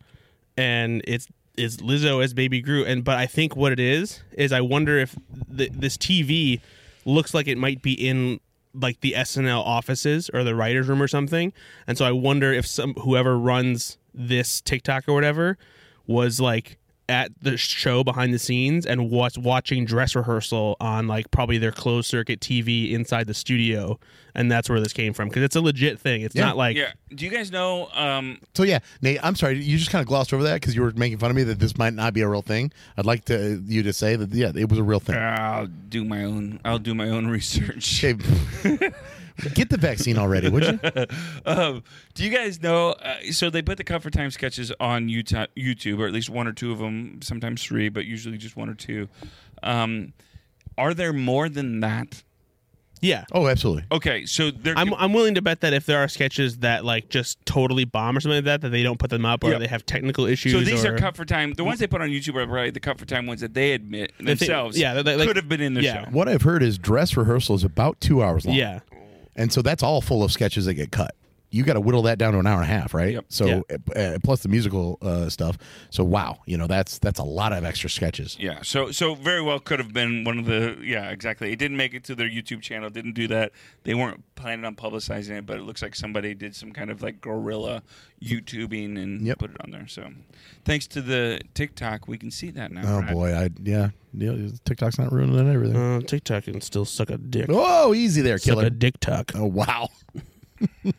and it's is Lizzo as Baby Groot. And but I think what it is is I wonder if th- this TV looks like it might be in like the SNL offices or the writers' room or something. And so I wonder if some whoever runs this TikTok or whatever was like at the show behind the scenes and was watching dress rehearsal on like probably their closed circuit TV inside the studio and that's where this came from because it's a legit thing it's
Yeah.
not like
Yeah. Do you guys know? Um,
So yeah, Nate, I'm sorry. You just kind of glossed over that because you were making fun of me that this might not be a real thing. I'd like to you to say that yeah, it was a real
Uh.
thing.
I'll do my own. I'll do my own *laughs*
*laughs*
research.
Okay. *laughs* Get the vaccine already, would
*laughs*
you?
Um, do you guys know? Uh, so they put the cover time sketches on Utah, YouTube, or at least one or two of them, sometimes three, but usually just one or two. Um, are there more than that?
yeah
Oh, absolutely.
Okay, so there.
I'm, I'm willing to bet that if there are sketches that like just totally bomb or something like that that they don't put them up or
Yeah.
they have technical issues
so these
or-
are cut for time. The ones they put on YouTube are probably the cut for time ones that they admit
they-
themselves.
yeah, they- they- like-
could have been in the
yeah.
show.
What I've heard is dress rehearsal is about two hours long.
yeah
and so that's all full of sketches that get cut. You got to whittle that down to an hour and a half, right?
Yep.
So uh, plus the musical uh, stuff. So wow, you know that's that's a lot of extra sketches.
Yeah, so so very well could have been one of the yeah exactly. It didn't make it to their YouTube channel. Didn't do that. They weren't planning on publicizing it, but it looks like somebody did some kind of like guerrilla YouTubing and
Yep.
put it on there. So thanks to the TikTok, we can see that now.
Oh
Brad.
boy, I yeah, yeah TikTok's not ruining everything.
uh, TikTok can still suck a dick
oh, easy there,
suck
killer.
a dick tuck
oh wow, *laughs*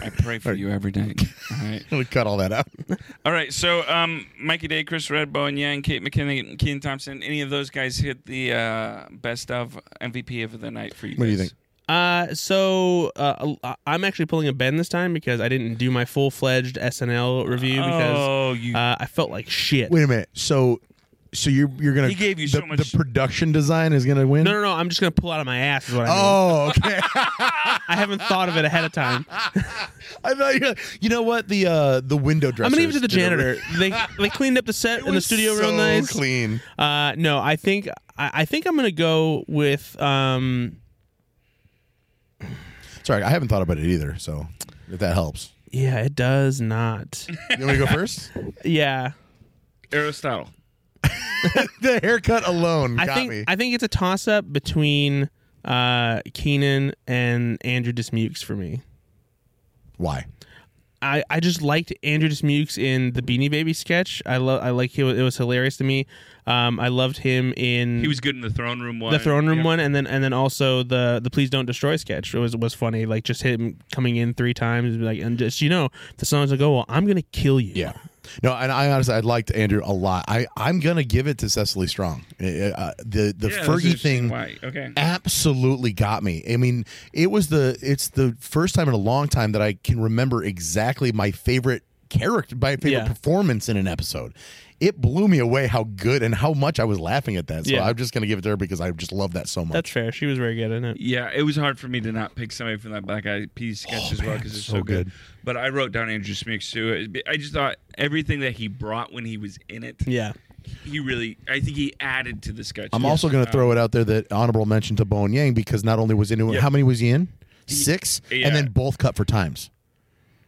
I pray for you every day. All
*laughs*
right.
we cut all that out.
All right, so um, Mikey Day, Chris Red, Bowen Yang, Kate McKinnon, Keenan Thompson, any of those guys hit the uh, best of MVP of the night for you.
What do you
guys?
think?
Uh, so uh, I- I'm actually pulling a Ben this time because I didn't do my full fledged SNL review because
Oh, you
uh, I felt like shit.
Wait a minute. So, so you're you're gonna
He gave you
the,
so much-
The production design is gonna win.
No, no, no! I'm just gonna pull out of my ass. Is what I mean.
Oh, okay. *laughs*
I haven't thought of it ahead of
*laughs*
time.
I thought you. You know what? The uh the window dresser.
I'm gonna give it to the janitor. They they cleaned up the set in the studio real nice.
clean.
Uh, no, I think I, I think I'm gonna go with um.
Sorry, I haven't thought about it either. So, if that helps,
Yeah, it does
*laughs*
not.
you want me to
*laughs*
go first?
Yeah,
Aristotle.
the haircut alone
I
got
think
me.
I think it's a toss up between uh Keenan and Andrew Dismukes for me.
Why?
I, I just liked Andrew Dismukes in the Beanie Baby sketch. I love I like it was, it was hilarious to me. Um, I loved him in
He was good in the throne room one.
the throne room
Yeah.
one, and then and then also the the Please Don't Destroy sketch was was funny. Like just him coming in three times, and be like and just you know the song's like, oh well, I'm gonna kill you.
Yeah. No, and I honestly I liked Andrew a lot. I I'm gonna give it to Cecily Strong. Uh, uh, the the
Yeah, that's
Fergie
interesting.
thing
Why? Okay.
absolutely got me. I mean, it was the it's the first time in a long time that I can remember exactly my favorite character, my favorite
Yeah.
performance in an episode. It blew me away how good and how much I was laughing at that. So
Yeah.
I'm just gonna give it to her because I just love that so much.
That's fair. She was very good in it.
Yeah, it was hard for me to not pick somebody from that Black Eyed Peas sketch as well because it's so,
Oh, so
good.
good.
But I wrote down Andrew Smeeks too. I just thought everything that he brought when he was in it,
Yeah.
he really, I think he added to the sketch.
I'm also going to throw it out there that honorable mention to Bowen Yang because not only was he in,
Yeah.
how many was he in? Six,
yeah.
and then both cut for times.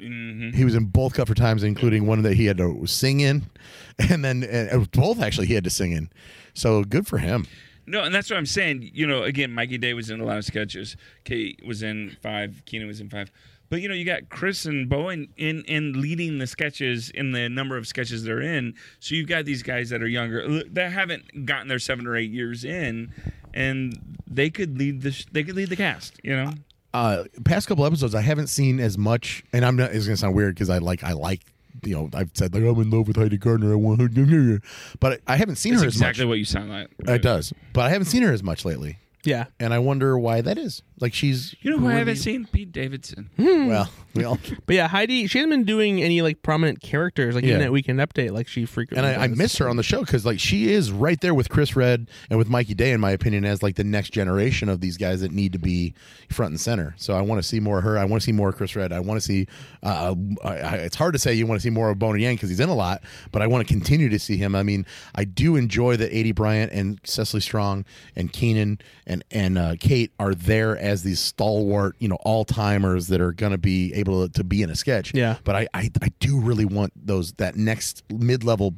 hmm
He was in both cut for times, including one that he had to sing in, *laughs* and then and it was both actually he had to sing in. So good for him.
No, and that's what I'm saying. You know, again, Mikey Day was in a lot of sketches. Kate was in five. Keenan was in five. But you know, you got Chris and Bowen in in leading the sketches in the number of sketches they're in. So you've got these guys that are younger uh, that haven't gotten their seven or eight years in, and they could lead the sh- they could lead the cast. You know,
Uh, past couple episodes, I haven't seen as much, and I'm not. It's going to sound weird because I like I like you know I've said like I'm in love with Heidi Gardner. I want her, but I haven't seen
that's
her
exactly
as
what you sound like.
much. It does, but I haven't seen her as much lately,
Yeah.
and I wonder why that is. Like she's
You know who I haven't seen? Pete Davidson.
well, we all.
But yeah, Heidi, she hasn't been doing any like prominent characters like
Yeah.
in that weekend update like she frequently.
and I, I
does.
miss her on the show because like she is right there with Chris Red and with Mikey Day, in my opinion, as like the next generation of these guys that need to be front and center. So I want to see more of her. I want to see more of Chris Red. I want to see. Uh, I, I, it's hard to say you want to see more of Boner Yang because he's in a lot, but I want to continue to see him. I mean, I do enjoy that AD Bryant and Cecily Strong and Keenan and and uh, Kate are there as these stalwart, you know, all timers that are going to be able to, to be in a sketch.
Yeah.
But I, I, I do really want those that next mid level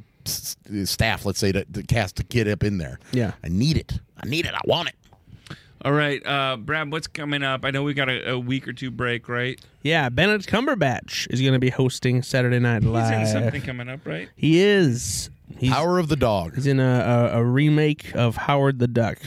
staff, let's say, to, to cast to get up in there.
Yeah.
I need it. I need it. I want it.
All right, uh, Brad, what's coming up? I know we got a, a week or two break, right?
Yeah, Benedict Cumberbatch is going to be hosting Saturday Night
He's in
Live.
something coming up, right?
He is. He's,
Power of the
*laughs*
dog.
he's in a, a, a remake of Howard the Duck.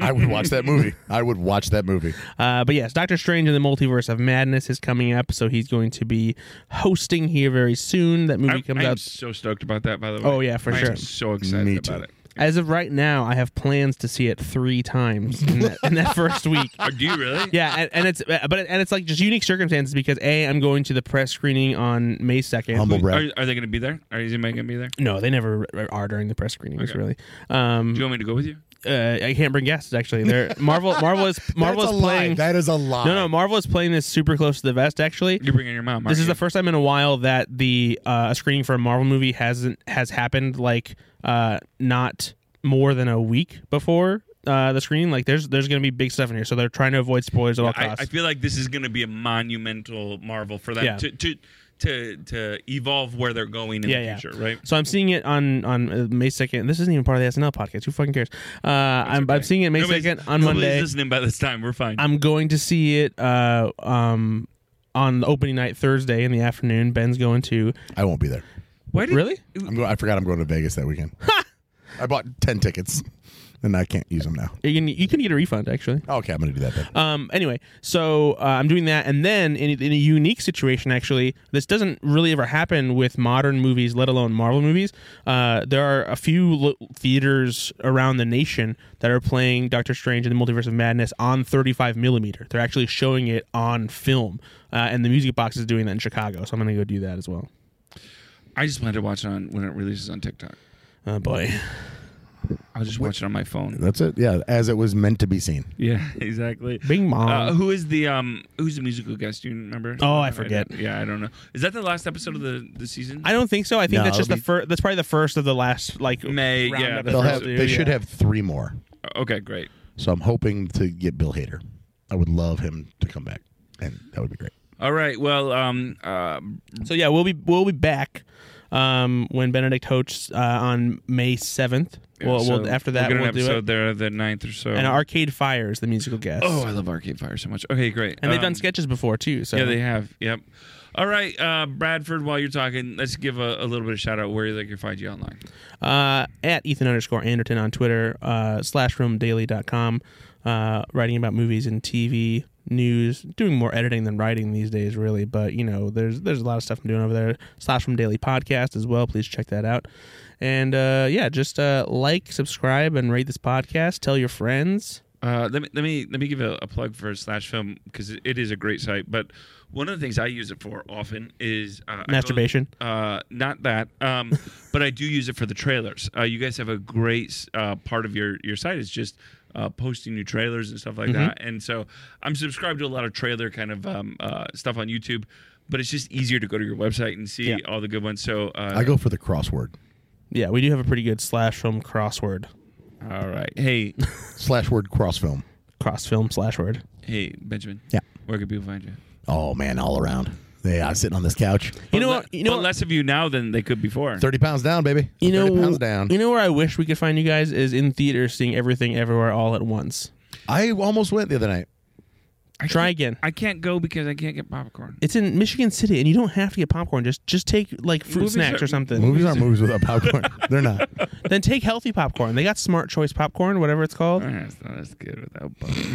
I would watch that movie. I would watch that
*laughs*
movie.
Uh, but yes, Doctor Strange and the Multiverse of Madness is coming up, so he's going to be hosting here very soon. That movie
I'm,
comes
I'm
out
so stoked about that. By the way.
Oh, yeah, for
I
sure.
am so excited
Me
about
too.
it.
as of right now. I have plans to see it three times in that, in *laughs* that first week.
Or do you really?
*laughs* Yeah, and, and it's uh, but and it's like just unique circumstances because a I'm going to the press screening on May second.
Humble brag.
Are, are they going to be there? Are is anybody going to be there? Do
No, they never are during the press screenings
Okay.
really. Um,
you want me to go with you?
uh, I can't bring guests actually.
*laughs*
They're Marvel. Marvel is Marvel
That's a
is
lie.
playing.
That is a lie.
No, no, Marvel is playing this super close to the vest. Actually,
You're bringing your mom.
this
aren't
is the
you?
first time in a while that the uh, a screening for a Marvel movie hasn't has happened like uh, not more than a week before. Uh, the screening, like there's there's gonna be big stuff in here, so they're trying to avoid spoilers at all
I,
costs.
I feel like this is going to be a monumental marvel for them
Yeah.
to, to to to evolve where they're going in
Yeah,
the
yeah.
future, right?
So I'm seeing it on on uh, May second. This isn't even part of the SNL podcast. Who fucking cares? Uh, I'm, I'm seeing it May
Nobody's-
second on
nobody's
Monday.
listening by this time. We're fine.
I'm going to see it uh, um, on the opening night Thursday in the afternoon. Ben's going to
I won't be there.
Why did,
really.
I'm go- I forgot I'm going to Vegas
*laughs*
that weekend. I bought 10 tickets and I can't use them now.
You can you can get a refund actually.
Okay, I'm going to do that then.
Um, anyway, so uh, I'm doing that, and then in, in a unique situation, actually, this doesn't really ever happen with modern movies, let alone Marvel movies. Uh, there are a few lo- theaters around the nation that are playing Doctor Strange and the Multiverse of Madness on 35 millimeter. They're actually showing it on film, uh, and the Music Box is doing that in Chicago. So I'm going to go do that as well.
I just plan to watch it on when it releases on TikTok.
Oh boy,
I'll just watch it on my phone.
That's it. Yeah, as it was meant to be seen.
Yeah, *laughs* exactly.
Bing Bong.
Uh, who is the um? Who's the musical guest? Do you remember?
Oh, I forget.
don't- yeah, I don't know. Is that the last episode of the the season?
I don't think so. I think
No,
that's just
it'll
the first. That's probably the first of the last like
May,
round
yeah,
of
the
They'll
first
have,
two,
they
yeah.
should have three more.
Uh, okay, great.
So I'm hoping to get Bill Hader. I would love him to come back, and that would be great.
All right. Well, um, um,
So yeah, we'll be we'll be back um, when Benedict hosts uh, on May seventh. Well,
so
we'll after that
we'll get
we'll
an
do
episode
it.
there the 9th or so.
And Arcade Fire is the musical guest.
oh, I love Arcade Fire so much. Okay, great.
and they've
Um,
done sketches before too. So
Yeah, they have. Yep. All right, uh, Bradford. While you're talking, let's give a, a little bit of shout out where they can find you online.
uh, at Ethan underscore Anderton on Twitter, uh, slashroomdaily.com, uh, writing about movies and TV. news, doing more editing than writing these days, really. But you know, there's there's a lot of stuff I'm doing over there. Slash from Daily Podcast as well. Please check that out. And uh, yeah, just uh, like, subscribe, and rate this podcast. Tell your friends.
Uh, let me let me let me give a, a plug for slash film because it, it is a great site. But one of the things I use it for often is uh, I go-
Masturbation.
uh, not that,
*laughs*
um, but I do use it for the trailers. Uh, you guys have a great uh, part of your your site is just. Uh, posting new trailers and stuff like that,
Mm-hmm.
and so I'm subscribed to a lot of trailer kind of um, uh, stuff on YouTube, but it's just easier to go to your website and see
Yeah.
all the good ones. So uh,
I go for the crossword
Yeah, we do have a pretty good slash film crossword,
all right,
*laughs*
hey,
slash word cross film.
cross film slash word.
hey, Benjamin,
Yeah.
where can people find you?
Oh man, all around. Yeah, I'm sitting on this couch.
You
But
know,
le-
what- you know,
but
what-
less of you now than they could before.
Thirty pounds down, baby.
you know,
Thirty pounds down.
you know where I wish we could find you guys is in theater, seeing everything everywhere all at once.
I almost went the other night.
Try again.
I can't go because I can't get popcorn.
It's in Michigan City, and you don't have to get popcorn. Just just take like fruit
Movies
snacks
are-
or something.
Movies aren't movies without popcorn. *laughs* They're not.
Then take healthy popcorn. They got smart choice popcorn, whatever it's called.
*laughs* That's not as good without
*laughs*
popcorn.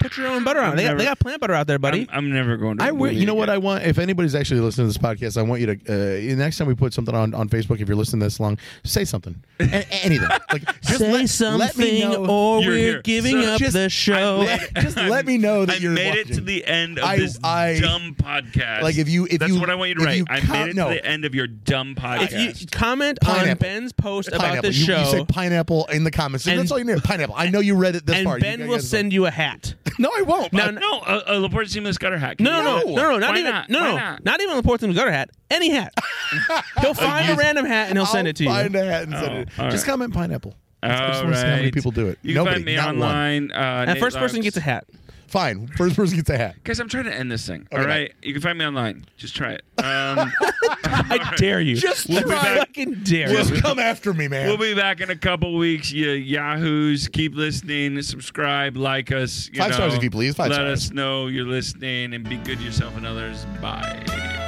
Put your own butter on. it. They got, they got plant butter out there, buddy.
I'm, I'm never going to.
I
a
wi-
movie
you know what
again.
I want. If anybody's actually listening to this podcast, I want you to uh, the next time we put something on, on Facebook. If you're listening this long, say something, A- anything. Like
*laughs*
just
Say
let- let,
something,
me know.
or
You're
we're
here.
giving
So
up
just-
the show.
just let me know that
*laughs* I
you're
made it to
watching.
the end of
I-
this
I-
dumb podcast.
Like, if you- if
that's
you-
what I want you to
if
write.
you
I
count-
made it
no.
to the end of your dumb podcast.
if you comment on
Pineapple.
Ben's post about
Pineapple.
the
You-
show,
You, say pineapple in the comments.
And-
That's all you need. Pineapple. I know you read it this
and
far. You
Ben
guys-
will send you a hat.
*laughs* No, I won't.
No,
I-
no,
no, a, a Laporte seamless gutter hack.
no, no, no,
No.
no, not
Why
even,
not?
no,
Why
no,
not?
not even the Portsmouth gutter hat. Any hat.
*laughs*
he'll find a random hat and he'll send
I'll
it to you.
Find a hat and send
Oh,
it.
all
Just
right.
comment pineapple.
All
I just wanna see how many
right.
people do it.
You can
Nobody,
find me
not one.
online. Uh,
And
Nate
first person
Larps.
gets a hat.
Fine. First person gets a hat.
Guys, I'm trying to end this thing. all
bye.
right, you can find me online. Just try it.
*laughs*
Um,
I dare you.
Just
I
try.
fucking dare you.
Just come after me, man.
We'll be back in a couple weeks. You yahoos, keep listening, subscribe, like us. You
Five
know,
stars if you please. Five
Let
stars.
us know you're listening and be good to yourself and others. Bye.